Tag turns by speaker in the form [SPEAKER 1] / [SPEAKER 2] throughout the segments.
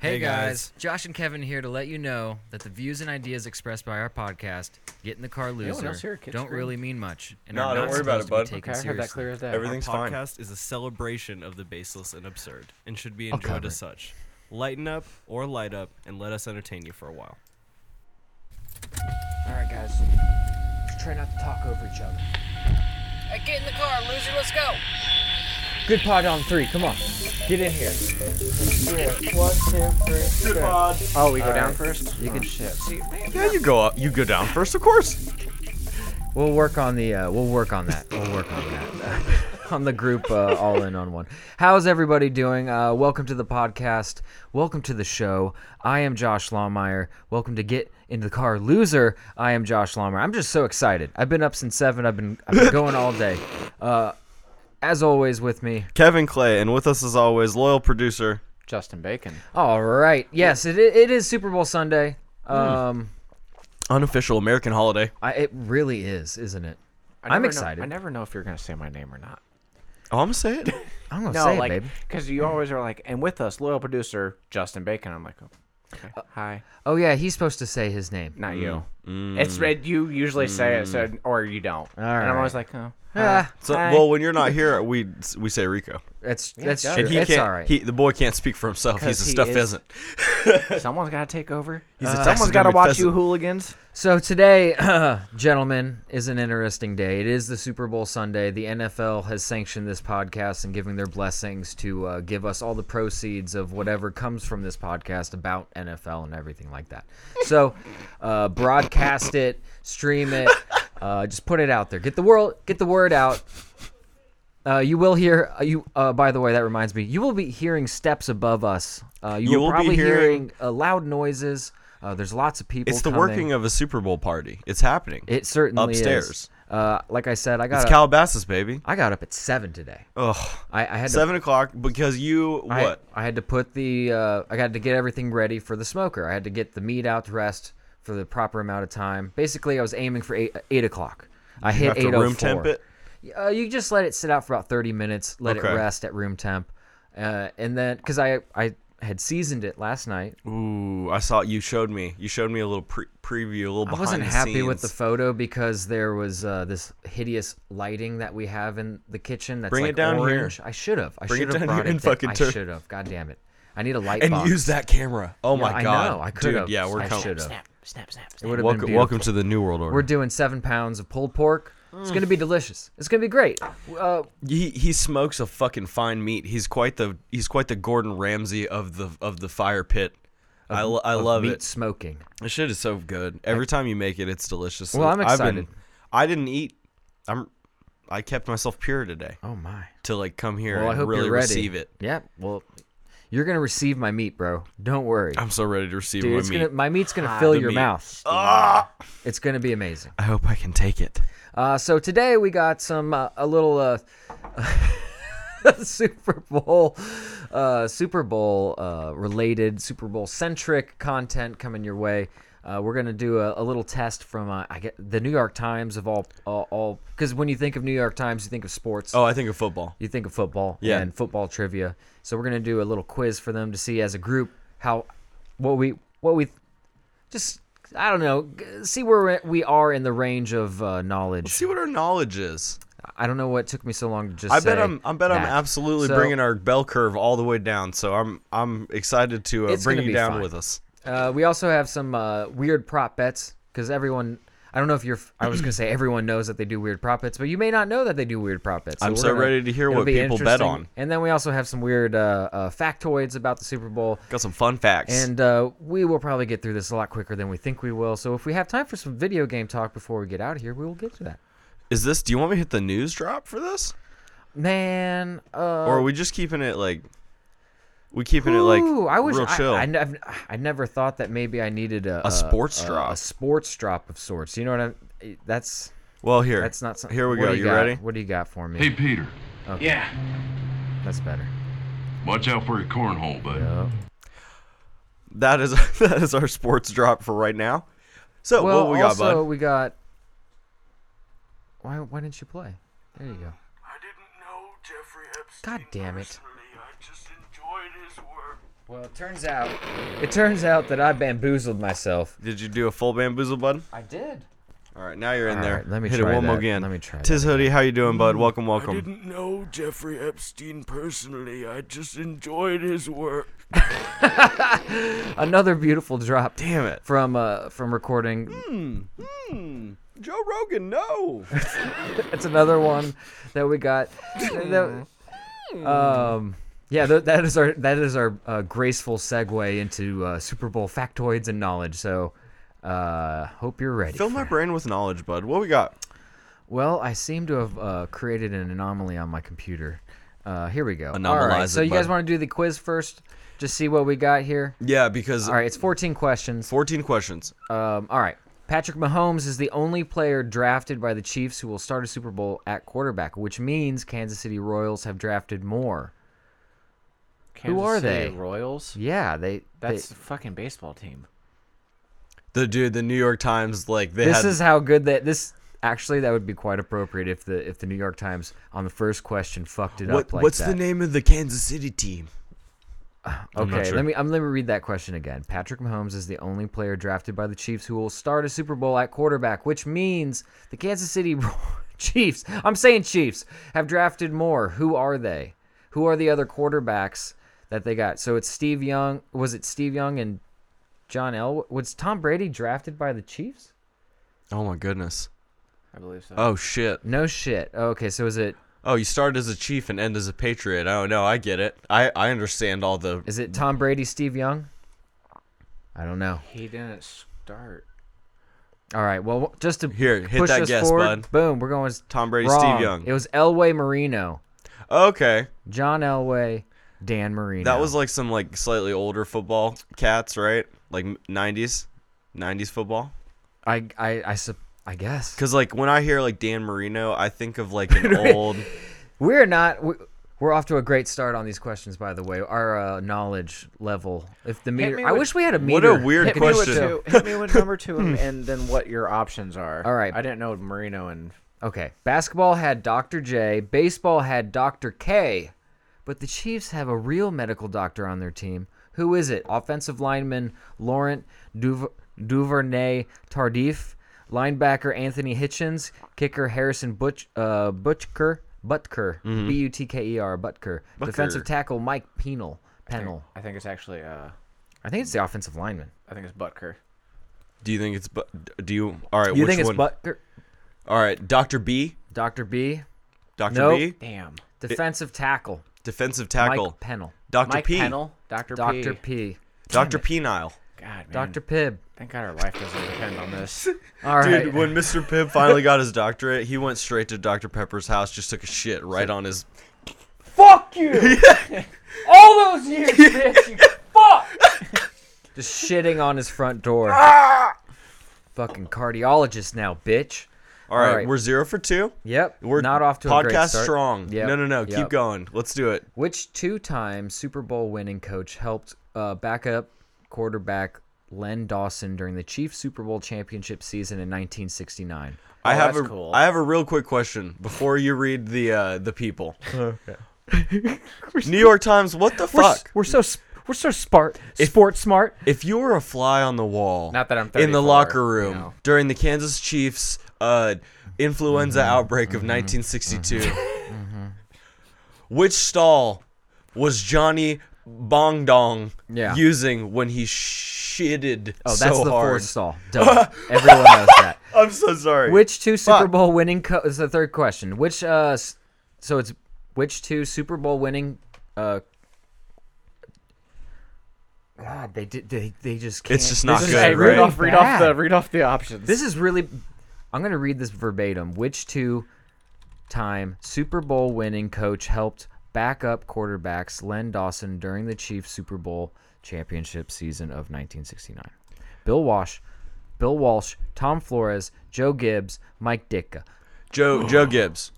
[SPEAKER 1] Hey
[SPEAKER 2] Hey, guys.
[SPEAKER 1] guys, Josh and Kevin here to let you know that the views and ideas expressed by our podcast, "Get in the Car, Loser,"
[SPEAKER 3] else hear a kid
[SPEAKER 1] don't
[SPEAKER 3] scream?
[SPEAKER 1] really mean much and
[SPEAKER 4] No,
[SPEAKER 1] are
[SPEAKER 4] don't
[SPEAKER 1] not
[SPEAKER 4] worry about
[SPEAKER 1] supposed
[SPEAKER 4] it, bud.
[SPEAKER 1] to be taken
[SPEAKER 3] Okay, I heard that
[SPEAKER 1] seriously.
[SPEAKER 3] clear as day.
[SPEAKER 4] Everything's
[SPEAKER 2] Our
[SPEAKER 4] fine.
[SPEAKER 2] podcast is a celebration of the baseless and absurd and should be
[SPEAKER 3] I'll
[SPEAKER 2] enjoyed
[SPEAKER 3] cover
[SPEAKER 2] as
[SPEAKER 3] it.
[SPEAKER 2] such. Lighten up or light up and let us entertain you for a while.
[SPEAKER 3] All right, guys. Try not to talk over each other.
[SPEAKER 5] Hey, get in the car, loser. Let's go.
[SPEAKER 3] Good pod on three. Come on. Get in here. Oh, we go down first?
[SPEAKER 5] Oh,
[SPEAKER 3] You can ship.
[SPEAKER 4] Yeah, you go up. You go down first, of course.
[SPEAKER 1] We'll work on the. Uh, we'll work on that. We'll work on that. on the group, uh, all in on one. How's everybody doing? Uh, welcome to the podcast. Welcome to the show. I am Josh Lawmeyer. Welcome to Get Into the Car Loser. I am Josh Lawmeyer. I'm just so excited. I've been up since seven. I've been I've been going all day. Uh, as always, with me.
[SPEAKER 4] Kevin Clay, and with us as always, loyal producer.
[SPEAKER 3] Justin Bacon.
[SPEAKER 1] All right. Yes, it it is Super Bowl Sunday. Um,
[SPEAKER 4] Unofficial American holiday.
[SPEAKER 1] I, it really is, isn't it?
[SPEAKER 3] I
[SPEAKER 1] I'm
[SPEAKER 3] never know-
[SPEAKER 1] excited.
[SPEAKER 3] I never know if you're going to say my name or not.
[SPEAKER 4] Oh, I'm gonna say it.
[SPEAKER 1] I'm gonna
[SPEAKER 3] No,
[SPEAKER 1] say it,
[SPEAKER 3] like,
[SPEAKER 1] baby.
[SPEAKER 3] because you always are like, and with us, loyal producer Justin Bacon. I'm like, oh, okay. hi,
[SPEAKER 1] Oh yeah, he's supposed to say his name.
[SPEAKER 3] not you. It's it, you usually say it, so or you don't. and
[SPEAKER 1] right.
[SPEAKER 3] I'm always like, oh, hi.
[SPEAKER 1] Ah.
[SPEAKER 4] So,
[SPEAKER 3] Hi.
[SPEAKER 4] well, when you're not here, we we say Rico.
[SPEAKER 1] That's that's
[SPEAKER 3] it does.
[SPEAKER 1] true.
[SPEAKER 4] And he
[SPEAKER 1] it's
[SPEAKER 4] can't.
[SPEAKER 1] all right.
[SPEAKER 4] He, the boy can't speak for himself. He's
[SPEAKER 3] Because
[SPEAKER 4] a
[SPEAKER 3] he
[SPEAKER 4] stuffed
[SPEAKER 3] is-
[SPEAKER 4] pheasant.
[SPEAKER 3] uh, someone's got to take over.
[SPEAKER 4] He's a
[SPEAKER 3] someone's got to
[SPEAKER 4] taxidermied
[SPEAKER 3] watch you
[SPEAKER 4] pheasant.
[SPEAKER 3] hooligans.
[SPEAKER 1] so today, gentlemen, is an interesting day. It is the Super Bowl Sunday. The NFL has sanctioned this podcast and giving their blessings to uh, give us all the proceeds of whatever comes from this podcast about NFL and everything like that. So, uh, broadcast it, stream it, uh, just put it out there. Get the world, get the word out. Uh, you will hear uh, you. Uh, by the way, that reminds me. You will be hearing steps above us. Uh, you,
[SPEAKER 4] You
[SPEAKER 1] will,
[SPEAKER 4] will be
[SPEAKER 1] probably
[SPEAKER 4] hearing-
[SPEAKER 1] hearing uh, loud noises. Uh, there's lots of people.
[SPEAKER 4] It's the
[SPEAKER 1] coming.
[SPEAKER 4] working of a Super Bowl party. It's happening.
[SPEAKER 1] It certainly is.
[SPEAKER 4] upstairs.
[SPEAKER 1] Uh, like I said, I got
[SPEAKER 4] It's
[SPEAKER 1] up,
[SPEAKER 4] Calabasas, baby.
[SPEAKER 1] I got up at seven today.
[SPEAKER 4] Ugh.
[SPEAKER 1] I, I had to,
[SPEAKER 4] Seven o'clock because you what?
[SPEAKER 1] I, I had to put the uh, I had to get everything ready for the smoker. I had to get the meat out to rest for the proper amount of time. Basically, I was aiming for eight, eight o'clock. I hit
[SPEAKER 4] have to
[SPEAKER 1] eight oh
[SPEAKER 4] room temp it.
[SPEAKER 1] Uh, you just let it sit out for about 30 minutes, let it
[SPEAKER 4] Okay.
[SPEAKER 1] rest at room temp. Uh, and then, because I, I had seasoned it last night.
[SPEAKER 4] Ooh, I saw you showed me. You showed me a little pre- preview, a little
[SPEAKER 1] I
[SPEAKER 4] behind
[SPEAKER 1] wasn't
[SPEAKER 4] the
[SPEAKER 1] happy with the
[SPEAKER 4] scenes.
[SPEAKER 1] photo because there was uh, this hideous lighting that we have in the kitchen that's
[SPEAKER 4] Bring it
[SPEAKER 1] like
[SPEAKER 4] down here.
[SPEAKER 1] orange. I should have. I
[SPEAKER 4] Bring it
[SPEAKER 1] should have
[SPEAKER 4] down
[SPEAKER 1] brought
[SPEAKER 4] here
[SPEAKER 1] it
[SPEAKER 4] and
[SPEAKER 1] down.
[SPEAKER 4] fucking
[SPEAKER 1] I
[SPEAKER 4] turn-
[SPEAKER 1] should have. God damn it. I need a light
[SPEAKER 4] and
[SPEAKER 1] box.
[SPEAKER 4] use that camera. Oh my
[SPEAKER 1] I
[SPEAKER 4] god!
[SPEAKER 1] know. I could
[SPEAKER 4] Dude,
[SPEAKER 1] have.
[SPEAKER 4] Yeah, we're
[SPEAKER 1] I
[SPEAKER 4] coming.
[SPEAKER 1] should have.
[SPEAKER 3] Snap, snap, snap,
[SPEAKER 1] It would
[SPEAKER 3] snap.
[SPEAKER 1] have been
[SPEAKER 4] Welcome,
[SPEAKER 1] beautiful.
[SPEAKER 4] welcome to the new world order.
[SPEAKER 1] We're doing seven pounds of pulled pork. It's gonna be delicious. It's gonna be great. Uh,
[SPEAKER 4] he he smokes a fucking fine meat. He's quite the he's quite the Gordon Ramsay of the of the fire pit. I, lo- I
[SPEAKER 1] of
[SPEAKER 4] love
[SPEAKER 1] meat
[SPEAKER 4] it.
[SPEAKER 1] smoking.
[SPEAKER 4] This shit is so good. Every time you make it, it's delicious.
[SPEAKER 1] Well, I'm
[SPEAKER 4] I've been-
[SPEAKER 1] excited.
[SPEAKER 4] I didn't eat. I'm. I kept myself pure today
[SPEAKER 1] Oh my.
[SPEAKER 4] to like come here
[SPEAKER 1] Well, I
[SPEAKER 4] and
[SPEAKER 1] hope
[SPEAKER 4] really
[SPEAKER 1] you're ready.
[SPEAKER 4] receive it.
[SPEAKER 1] Yeah. Well, you're gonna receive my meat, bro. Don't worry,
[SPEAKER 4] I'm so ready to receive
[SPEAKER 1] dude.
[SPEAKER 4] my
[SPEAKER 1] It's
[SPEAKER 4] meat. Ah,
[SPEAKER 1] gonna my meat's gonna fill
[SPEAKER 4] the
[SPEAKER 1] your
[SPEAKER 4] meat. Ah!
[SPEAKER 1] mouth. It's gonna be amazing.
[SPEAKER 4] I hope I can take it.
[SPEAKER 1] Uh, so today we got some uh, a little uh, Super Bowl, uh, Super Bowl uh, related, Super Bowl centric content coming your way. Uh, we're gonna do a, a little test from uh, I get the New York Times of all all because when you think of New York Times, you think of sports.
[SPEAKER 4] Oh, I think of football.
[SPEAKER 1] You think of football
[SPEAKER 4] Yeah.
[SPEAKER 1] and football trivia. So we're gonna do a little quiz for them to see as a group how what we what we just I don't know g- see where we're- we are in the range of uh, knowledge.
[SPEAKER 4] See what our knowledge is.
[SPEAKER 1] I don't know what took me so long to just.
[SPEAKER 4] I bet
[SPEAKER 1] say
[SPEAKER 4] I'm. I bet I'm
[SPEAKER 1] that.
[SPEAKER 4] absolutely
[SPEAKER 1] So,
[SPEAKER 4] bringing our bell curve all the way down. So I'm. I'm excited to uh,
[SPEAKER 1] It's
[SPEAKER 4] bring
[SPEAKER 1] gonna
[SPEAKER 4] you
[SPEAKER 1] be
[SPEAKER 4] down
[SPEAKER 1] fine.
[SPEAKER 4] with us.
[SPEAKER 1] Uh, we also have some uh, weird prop bets because everyone. I don't know if you're. I was gonna say everyone knows that they do weird prop bets, but you may not know that they do weird prop bets.
[SPEAKER 4] I'm
[SPEAKER 1] we're
[SPEAKER 4] so ready to hear
[SPEAKER 1] it'll
[SPEAKER 4] what
[SPEAKER 1] be
[SPEAKER 4] people bet
[SPEAKER 1] interesting.
[SPEAKER 4] on.
[SPEAKER 1] And then we also have some weird uh, uh, factoids about the Super Bowl.
[SPEAKER 4] Got some fun facts.
[SPEAKER 1] And uh, we will probably get through this a lot quicker than we think we will. So if we have time for some video game talk before we get out of here, we will get to that.
[SPEAKER 4] is this? Do you want me to hit the news drop for this,
[SPEAKER 1] Man, uh,
[SPEAKER 4] or are we just keeping it like? We keeping it like
[SPEAKER 1] Ooh, I wish
[SPEAKER 4] real
[SPEAKER 1] I-
[SPEAKER 4] chill.
[SPEAKER 1] I, nev- I never thought that maybe I needed a,
[SPEAKER 4] sports
[SPEAKER 1] a-
[SPEAKER 4] drop.
[SPEAKER 1] a sports drop of sorts. You know what I'm? eh, That's
[SPEAKER 4] well, here.
[SPEAKER 1] that's not something.
[SPEAKER 4] Here we
[SPEAKER 1] what
[SPEAKER 4] go.
[SPEAKER 1] do
[SPEAKER 4] You
[SPEAKER 1] got?
[SPEAKER 4] ready?
[SPEAKER 1] What do you got for me?
[SPEAKER 6] Hey, Peter,
[SPEAKER 3] Yeah.
[SPEAKER 1] That's better.
[SPEAKER 6] watch out for your cornhole, bud.
[SPEAKER 1] Oh.
[SPEAKER 4] That is that is our sports drop for right now. So
[SPEAKER 1] Well,
[SPEAKER 4] what we got,
[SPEAKER 1] also
[SPEAKER 4] bud?
[SPEAKER 1] we got. Why why didn't you play? There you go.
[SPEAKER 7] I didn't know Jeffrey Epstein.
[SPEAKER 1] God damn it.
[SPEAKER 7] personally. I just enjoyed his work.
[SPEAKER 1] Well, it turns out it turns out that I bamboozled myself.
[SPEAKER 4] Did you do a full bamboozle, bud?
[SPEAKER 1] I did.
[SPEAKER 4] All right, now you're in
[SPEAKER 1] All
[SPEAKER 4] there.
[SPEAKER 1] right, let me
[SPEAKER 4] Hit
[SPEAKER 1] try
[SPEAKER 4] it one more
[SPEAKER 1] that.
[SPEAKER 4] again.
[SPEAKER 1] Let me try
[SPEAKER 4] Tiz Hoodie, how you doing, bud? Welcome, welcome.
[SPEAKER 7] didn't know Jeffrey Epstein personally. I just enjoyed his work.
[SPEAKER 1] Another beautiful drop.
[SPEAKER 4] Damn it.
[SPEAKER 1] From uh from recording.
[SPEAKER 4] Joe Rogan, no.
[SPEAKER 1] That's another one that we got. That- um. Yeah, th- that is our that is our uh, graceful segue into uh, Super Bowl factoids and knowledge. So, uh, hope you're ready.
[SPEAKER 4] Fill my
[SPEAKER 1] for-
[SPEAKER 4] brain with knowledge, bud. What we got?
[SPEAKER 1] Well, I seem to have uh, created an anomaly on my computer. Uh, here we go. All right,
[SPEAKER 4] Anomalize
[SPEAKER 1] so
[SPEAKER 4] it,
[SPEAKER 1] you guys
[SPEAKER 4] bud.
[SPEAKER 1] want to do the quiz first? Just see what we got here.
[SPEAKER 4] Yeah, because
[SPEAKER 1] All right, it's 14 questions.
[SPEAKER 4] 14 questions.
[SPEAKER 1] Um, all right. Patrick Mahomes is the only player drafted by the Chiefs who will start a Super Bowl at quarterback, which means Kansas City Royals have drafted more.
[SPEAKER 3] Kansas
[SPEAKER 1] are
[SPEAKER 3] City
[SPEAKER 1] they?
[SPEAKER 3] Royals.
[SPEAKER 1] Yeah, they.
[SPEAKER 3] That's
[SPEAKER 1] they-
[SPEAKER 3] a fucking baseball team.
[SPEAKER 4] The dude, the New York Times, like they
[SPEAKER 1] this
[SPEAKER 4] had
[SPEAKER 1] is how good that this. Actually, that would be quite appropriate if the if the New York Times on the first question fucked it
[SPEAKER 4] what,
[SPEAKER 1] up like
[SPEAKER 4] what's
[SPEAKER 1] that.
[SPEAKER 4] the name of the Kansas City team? I'm not
[SPEAKER 1] Okay,
[SPEAKER 4] sure.
[SPEAKER 1] let me I'm, let me read that question again. Patrick Mahomes is the only player drafted by the Chiefs who will start a Super Bowl at quarterback, which means the Kansas City Chiefs. I'm saying Chiefs have drafted more. Who are they? Who are the other quarterbacks that they got? So it's Steve Young. Was it Steve Young and John Elway? Was Tom Brady drafted by the Chiefs?
[SPEAKER 4] Oh my goodness.
[SPEAKER 3] I believe so.
[SPEAKER 4] Oh shit.
[SPEAKER 1] No shit. Okay, so is it
[SPEAKER 4] Oh, you started as a chief and end as a patriot. Oh no, I get it. I I understand all the
[SPEAKER 1] is it Tom Brady, Steve Young? I don't know.
[SPEAKER 3] He didn't start.
[SPEAKER 1] All right. Well, just to
[SPEAKER 4] Here, hit
[SPEAKER 1] push
[SPEAKER 4] that
[SPEAKER 1] us
[SPEAKER 4] guess,
[SPEAKER 1] forward,
[SPEAKER 4] bud.
[SPEAKER 1] Boom. We're going. s-
[SPEAKER 4] Tom Brady,
[SPEAKER 1] wrong.
[SPEAKER 4] Steve Young.
[SPEAKER 1] It was Elway Marino,
[SPEAKER 4] Okay.
[SPEAKER 1] John Elway, Dan Marino.
[SPEAKER 4] That was like some like slightly older football cats, right? Like 90s 90s football.
[SPEAKER 1] I I I, sup- I guess
[SPEAKER 4] Cuz like when I hear like Dan Marino, I think of like an old
[SPEAKER 1] we're not. we- We're off to a great start on these questions, by the way. Our uh, knowledge level, if the meter,
[SPEAKER 3] me
[SPEAKER 1] I
[SPEAKER 3] with-
[SPEAKER 1] wish we had a
[SPEAKER 4] What
[SPEAKER 1] meter.
[SPEAKER 4] a weird
[SPEAKER 1] Hit me with
[SPEAKER 4] question.
[SPEAKER 1] two.
[SPEAKER 3] Two, hit me with number two and, and then what your options are.
[SPEAKER 1] All right.
[SPEAKER 3] I didn't know Marino and
[SPEAKER 1] Okay, basketball had Dr. J, baseball had Dr. K, but the Chiefs have a real medical doctor on their team. Who is it? Offensive lineman Laurent Duv- Duvernay Tardif, linebacker Anthony Hitchens, kicker Harrison Butch uh, Butker Butker B U T K E R Butker, defensive tackle Mike Penal Penal.
[SPEAKER 3] I think it's actually uh
[SPEAKER 1] I think it's the offensive lineman.
[SPEAKER 3] I think it's Butker.
[SPEAKER 4] Do you think it's but do you All right,
[SPEAKER 1] You
[SPEAKER 4] which
[SPEAKER 1] think it's
[SPEAKER 4] one?
[SPEAKER 1] Butker?
[SPEAKER 4] All right, Dr. B,
[SPEAKER 1] Dr. B,
[SPEAKER 4] Dr.
[SPEAKER 1] Nope.
[SPEAKER 4] B,
[SPEAKER 3] Damn.
[SPEAKER 1] defensive tackle
[SPEAKER 4] defensive
[SPEAKER 1] Mike
[SPEAKER 4] tackle,
[SPEAKER 1] Penal,
[SPEAKER 4] Dr.
[SPEAKER 3] Mike
[SPEAKER 4] P,
[SPEAKER 3] Pennell, Dr.
[SPEAKER 1] Dr.
[SPEAKER 3] P.
[SPEAKER 1] P,
[SPEAKER 4] Dr. Penile.
[SPEAKER 3] God, man.
[SPEAKER 1] Dr. Pibb.
[SPEAKER 3] Thank God our life doesn't depend on this.
[SPEAKER 1] All right.
[SPEAKER 4] Dude, when Mr. Pibb finally got his doctorate, he went straight to Dr. Pepper's house, just took a shit right on his.
[SPEAKER 1] all those years, bitch, you fuck! Just shitting on his front door.
[SPEAKER 4] Ah!
[SPEAKER 1] Fucking cardiologist now, bitch.
[SPEAKER 4] All right,
[SPEAKER 1] right.
[SPEAKER 4] we're zero for two.
[SPEAKER 1] Yep.
[SPEAKER 4] We're
[SPEAKER 1] not off to
[SPEAKER 4] podcast
[SPEAKER 1] a great start.
[SPEAKER 4] strong.
[SPEAKER 1] Yep,
[SPEAKER 4] No, no, no. Keep
[SPEAKER 1] yep.
[SPEAKER 4] going. Let's do it.
[SPEAKER 1] Which two-time Super Bowl winning coach helped uh, backup quarterback Len Dawson during the Chiefs Super Bowl championship season in 1969?
[SPEAKER 4] I have
[SPEAKER 3] that's
[SPEAKER 4] a
[SPEAKER 3] cool.
[SPEAKER 4] I have a real quick question before you read the uh, the people. New York Times. What the fuck?
[SPEAKER 1] We're so we're so smart, sport smart.
[SPEAKER 4] If you were a fly on the wall,
[SPEAKER 3] Not that I'm
[SPEAKER 4] in the
[SPEAKER 3] 34,
[SPEAKER 4] locker room
[SPEAKER 3] you know.
[SPEAKER 4] during the Kansas Chiefs uh, influenza outbreak of 1962, Mm-hmm. which stall was Johnny Bong Dong
[SPEAKER 1] Yeah.
[SPEAKER 4] using when he shitted
[SPEAKER 1] Oh, that's
[SPEAKER 4] so
[SPEAKER 1] the
[SPEAKER 4] hard?
[SPEAKER 1] fourth stall. Duh. Everyone knows that.
[SPEAKER 4] I'm so sorry.
[SPEAKER 1] Which two Super
[SPEAKER 4] Fuck.
[SPEAKER 1] Bowl winning co- is the third question? Which uh, s- so it's which two Super Bowl winning uh. God, they did. They, they just can't.
[SPEAKER 4] just not
[SPEAKER 1] this is
[SPEAKER 4] good,
[SPEAKER 1] really
[SPEAKER 4] right?
[SPEAKER 3] read off, read off
[SPEAKER 1] bad.
[SPEAKER 3] the read off the options.
[SPEAKER 1] This is really. I'm gonna read this verbatim. Which two time Super Bowl winning coach helped backup quarterbacks Len Dawson during the Chiefs Super Bowl championship season of 1969? Bill Walsh, Bill Walsh, Tom Flores, Joe Gibbs, Mike Ditka.
[SPEAKER 4] Joe Joe Gibbs.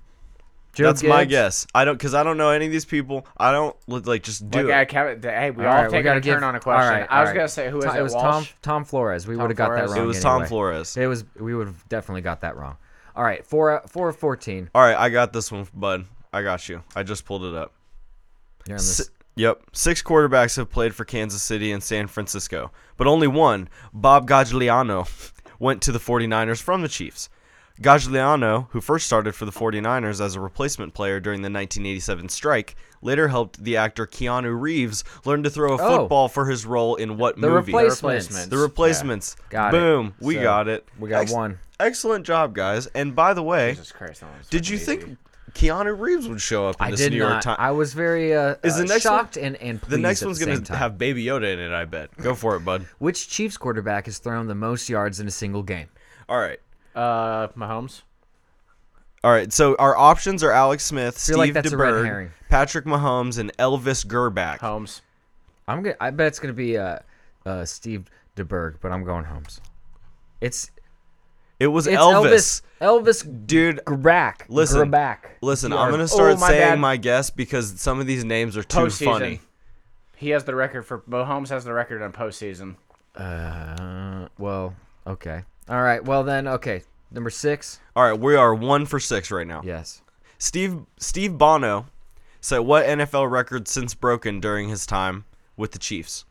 [SPEAKER 1] Joe
[SPEAKER 4] That's my
[SPEAKER 1] Gibbs?
[SPEAKER 4] guess. I don't because I don't know any of these people. I don't look like just do
[SPEAKER 3] Like,
[SPEAKER 4] it.
[SPEAKER 3] I kept- hey, we all,
[SPEAKER 1] All right,
[SPEAKER 3] take
[SPEAKER 1] we gotta
[SPEAKER 3] a turn
[SPEAKER 1] give-
[SPEAKER 3] on a question.
[SPEAKER 1] all right,
[SPEAKER 3] I was
[SPEAKER 1] all right.
[SPEAKER 3] gonna say who is
[SPEAKER 1] Tom-
[SPEAKER 3] it?
[SPEAKER 1] was
[SPEAKER 3] Walsh?
[SPEAKER 1] Tom Tom Flores. We
[SPEAKER 3] Tom
[SPEAKER 1] would have got that
[SPEAKER 3] Flores?
[SPEAKER 1] wrong.
[SPEAKER 3] It
[SPEAKER 4] it was Tom
[SPEAKER 1] anyway.
[SPEAKER 4] Flores.
[SPEAKER 1] It was. We would have definitely got that wrong. All right, four four of fourteen.
[SPEAKER 4] All right, I got this one, bud. I got you. I just pulled it up.
[SPEAKER 1] You're on this.
[SPEAKER 4] S- Yep. Six quarterbacks have played for Kansas City and San Francisco, but only one, Bob Gagliano, went to the 49ers from the Chiefs. Gagliano, who first started for the 49ers as a replacement player during the 1987 strike, later helped the actor Keanu Reeves learn to throw a
[SPEAKER 1] Oh.
[SPEAKER 4] football for his role in what
[SPEAKER 1] The
[SPEAKER 4] movie?
[SPEAKER 1] replacements.
[SPEAKER 4] The replacements.
[SPEAKER 1] Got it.
[SPEAKER 4] Boom. We
[SPEAKER 1] So,
[SPEAKER 4] got it.
[SPEAKER 1] we got one.
[SPEAKER 4] Excellent job, guys. And by the way,
[SPEAKER 3] Jesus Christ. that was
[SPEAKER 4] did
[SPEAKER 3] fucking
[SPEAKER 4] you
[SPEAKER 3] easy.
[SPEAKER 4] think Keanu Reeves would show up in
[SPEAKER 1] I
[SPEAKER 4] this
[SPEAKER 1] did
[SPEAKER 4] New York
[SPEAKER 1] not.
[SPEAKER 4] Times?
[SPEAKER 1] I was very uh,
[SPEAKER 4] Is the
[SPEAKER 1] uh,
[SPEAKER 4] next one-
[SPEAKER 1] shocked and and pleased
[SPEAKER 4] The next
[SPEAKER 1] at
[SPEAKER 4] one's
[SPEAKER 1] the
[SPEAKER 4] gonna
[SPEAKER 1] same time.
[SPEAKER 4] have Baby Yoda in it. I bet. Go for it, bud.
[SPEAKER 1] Which Chiefs quarterback has thrown the most yards in a single game?
[SPEAKER 4] All right.
[SPEAKER 3] Uh, Mahomes.
[SPEAKER 4] All right. So our options are Alex Smith,
[SPEAKER 1] feel
[SPEAKER 4] Steve
[SPEAKER 1] like that's a red
[SPEAKER 4] DeBerg,
[SPEAKER 1] herring. Oh.
[SPEAKER 4] Patrick Mahomes, and Elvis Gerback.
[SPEAKER 3] Holmes.
[SPEAKER 1] I'm gonna. I bet it's gonna be uh, uh, Steve DeBerg, but I'm going Holmes. It's,
[SPEAKER 4] It was
[SPEAKER 1] it's
[SPEAKER 4] Elvis.
[SPEAKER 1] Elvis. Elvis
[SPEAKER 4] dude.
[SPEAKER 1] Graback.
[SPEAKER 4] Listen.
[SPEAKER 1] Graback.
[SPEAKER 4] Listen,
[SPEAKER 3] You
[SPEAKER 4] I'm
[SPEAKER 3] are-
[SPEAKER 4] gonna start
[SPEAKER 3] Oh, my
[SPEAKER 4] saying
[SPEAKER 3] bad.
[SPEAKER 4] my guess because some of these names are too
[SPEAKER 3] Postseason.
[SPEAKER 4] funny.
[SPEAKER 3] He has the record for Mahomes has the record on postseason.
[SPEAKER 1] Uh, well, okay. All right. Well then, okay. Number six.
[SPEAKER 4] All right, we are one for six right now.
[SPEAKER 1] Yes.
[SPEAKER 4] Steve Steve Bono set what NFL record since broken during his time with the Chiefs?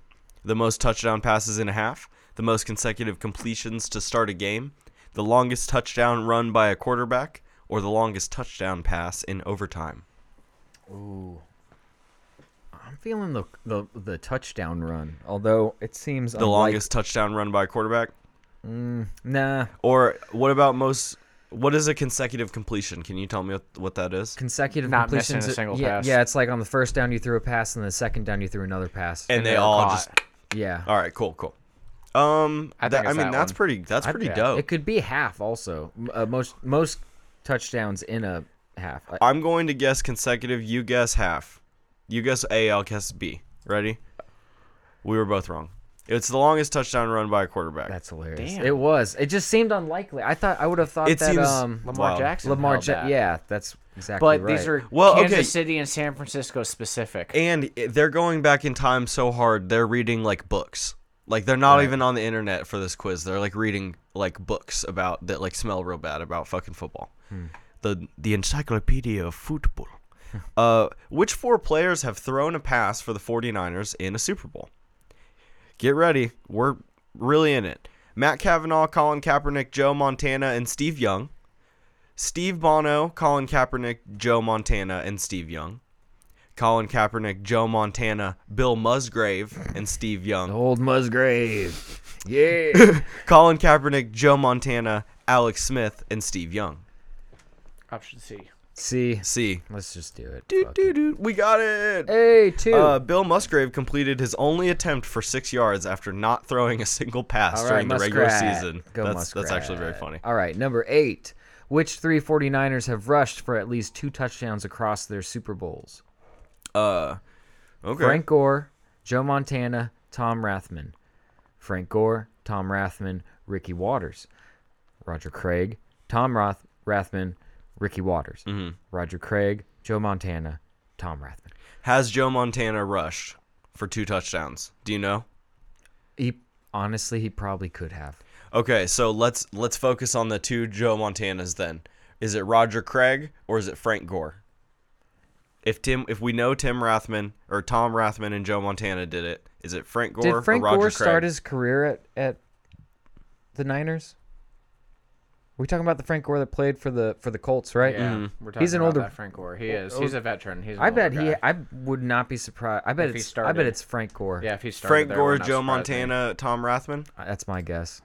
[SPEAKER 4] The most touchdown passes in a half, the most consecutive completions to start a game, the longest touchdown run by a quarterback, or the longest touchdown pass in overtime.
[SPEAKER 1] I'm feeling the the, the touchdown run, although it seems
[SPEAKER 4] The longest touchdown run by a quarterback?
[SPEAKER 1] Nah,
[SPEAKER 4] Or what about most what is a consecutive completion? Can you tell me what, what that is?
[SPEAKER 1] consecutive
[SPEAKER 3] Not missing
[SPEAKER 1] completions.
[SPEAKER 3] a single
[SPEAKER 1] yeah,
[SPEAKER 3] pass.
[SPEAKER 1] yeah. It's like on the first down you threw a pass, and the second down you threw another pass.
[SPEAKER 4] And, they
[SPEAKER 3] they're
[SPEAKER 4] all
[SPEAKER 3] caught.
[SPEAKER 4] just
[SPEAKER 1] yeah,
[SPEAKER 4] All right, cool, cool. Um
[SPEAKER 3] I
[SPEAKER 4] I,
[SPEAKER 3] think
[SPEAKER 4] that,
[SPEAKER 3] it's
[SPEAKER 4] I mean
[SPEAKER 3] that
[SPEAKER 4] that's
[SPEAKER 3] one.
[SPEAKER 4] pretty that's pretty
[SPEAKER 3] yeah.
[SPEAKER 4] dope.
[SPEAKER 1] it could be half also. M- Uh, most most touchdowns in a half. I,
[SPEAKER 4] I'm going to guess consecutive. You guess half. You guess A. I'll guess B. Ready? We were both wrong. It's the longest touchdown run by a quarterback.
[SPEAKER 1] that's hilarious.
[SPEAKER 3] Damn.
[SPEAKER 1] It was. It just seemed unlikely. I thought I would have thought
[SPEAKER 4] It
[SPEAKER 1] that
[SPEAKER 4] seems-
[SPEAKER 1] um
[SPEAKER 3] Lamar
[SPEAKER 4] Wow.
[SPEAKER 3] Jackson.
[SPEAKER 1] Lamar.
[SPEAKER 3] held
[SPEAKER 1] Ja-
[SPEAKER 3] that.
[SPEAKER 1] yeah, that's exactly
[SPEAKER 3] But
[SPEAKER 1] right.
[SPEAKER 3] these are
[SPEAKER 4] Well,
[SPEAKER 3] Kansas
[SPEAKER 4] okay.
[SPEAKER 3] City and San Francisco specific.
[SPEAKER 4] and i- they're going back in time so hard. They're reading like books. Like they're not even on the internet for this quiz. They're like reading like books about that like smell real bad about fucking football. The the encyclopedia of football. uh, which four players have thrown a pass for the 49ers in a Super Bowl? Get ready. We're really in it. Matt Kavanaugh, Colin Kaepernick, Joe Montana, and Steve Young. Steve Bono, Colin Kaepernick, Joe Montana, and Steve Young. Colin Kaepernick, Joe Montana, Bill Musgrave, and Steve Young.
[SPEAKER 1] old Musgrave. Yeah.
[SPEAKER 4] Colin Kaepernick, Joe Montana, Alex Smith, and Steve Young.
[SPEAKER 3] Option C.
[SPEAKER 1] See,
[SPEAKER 4] See.
[SPEAKER 1] let's just do it.
[SPEAKER 4] Doot,
[SPEAKER 1] Fuck
[SPEAKER 4] doot, doot. We got it.
[SPEAKER 1] Hey, two.
[SPEAKER 4] Uh, Bill Musgrave completed his only attempt for six yards after not throwing a single pass
[SPEAKER 1] All
[SPEAKER 4] during
[SPEAKER 1] right,
[SPEAKER 4] the regular
[SPEAKER 1] Muskrat.
[SPEAKER 4] season.
[SPEAKER 1] Go
[SPEAKER 4] that's, that's actually very
[SPEAKER 1] Muskrat.
[SPEAKER 4] funny.
[SPEAKER 1] All right, number eight. Which three 49ers have rushed for at least two touchdowns across their Super Bowls?
[SPEAKER 4] Uh, okay.
[SPEAKER 1] Frank Gore, Joe Montana, Tom Rathman. Frank Gore, Tom Rathman, Ricky Waters. Roger Craig, Tom Roth, Rathman, Ricky Waters.
[SPEAKER 4] Mm-hmm.
[SPEAKER 1] Roger Craig, Joe Montana, Tom Rathman.
[SPEAKER 4] Has Joe Montana rushed for two touchdowns? Do you know?
[SPEAKER 1] He honestly, he probably could have.
[SPEAKER 4] Okay, so let's let's focus on the two Joe Montanas then. Is it Roger Craig or is it Frank Gore? If Tim if we know Tim Rathman or Tom Rathman and Joe Montana did it, is it Frank Gore
[SPEAKER 1] Did Frank
[SPEAKER 4] or Roger
[SPEAKER 1] Gore
[SPEAKER 4] Craig?
[SPEAKER 1] start his career at, at the Niners? we talking about the Frank Gore that played for the for the Colts, right?
[SPEAKER 3] Yeah,
[SPEAKER 4] Mm-hmm.
[SPEAKER 3] we're talking
[SPEAKER 1] He's an
[SPEAKER 3] about
[SPEAKER 1] older-
[SPEAKER 3] that Frank Gore. He is. He's a veteran. He's. an
[SPEAKER 1] I bet
[SPEAKER 3] older
[SPEAKER 1] he.
[SPEAKER 3] guy.
[SPEAKER 1] I would not be surprised. I bet
[SPEAKER 3] If he
[SPEAKER 1] it's. I bet
[SPEAKER 3] started.
[SPEAKER 1] it's Frank Gore.
[SPEAKER 3] Yeah, if he started
[SPEAKER 4] Frank
[SPEAKER 3] there,
[SPEAKER 4] Gore,
[SPEAKER 3] would not
[SPEAKER 4] Joe
[SPEAKER 3] surprise me.
[SPEAKER 4] Montana, Tom Rathman?
[SPEAKER 1] that's my guess.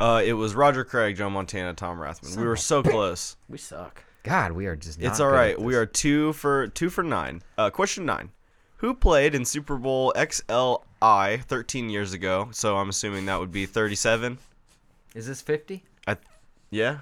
[SPEAKER 4] Uh it was Roger Craig, Joe Montana, Tom Rathman. we were so close.
[SPEAKER 3] We suck.
[SPEAKER 1] God, we are just. Not
[SPEAKER 4] It's
[SPEAKER 1] good
[SPEAKER 4] all
[SPEAKER 1] at
[SPEAKER 4] right. We
[SPEAKER 1] this.
[SPEAKER 4] are 2 for 2 for 9. Uh question 9. Who played in Super Bowl XLI 13 years ago? So I'm assuming that would be 37.
[SPEAKER 1] Is this fifty?
[SPEAKER 4] I yeah.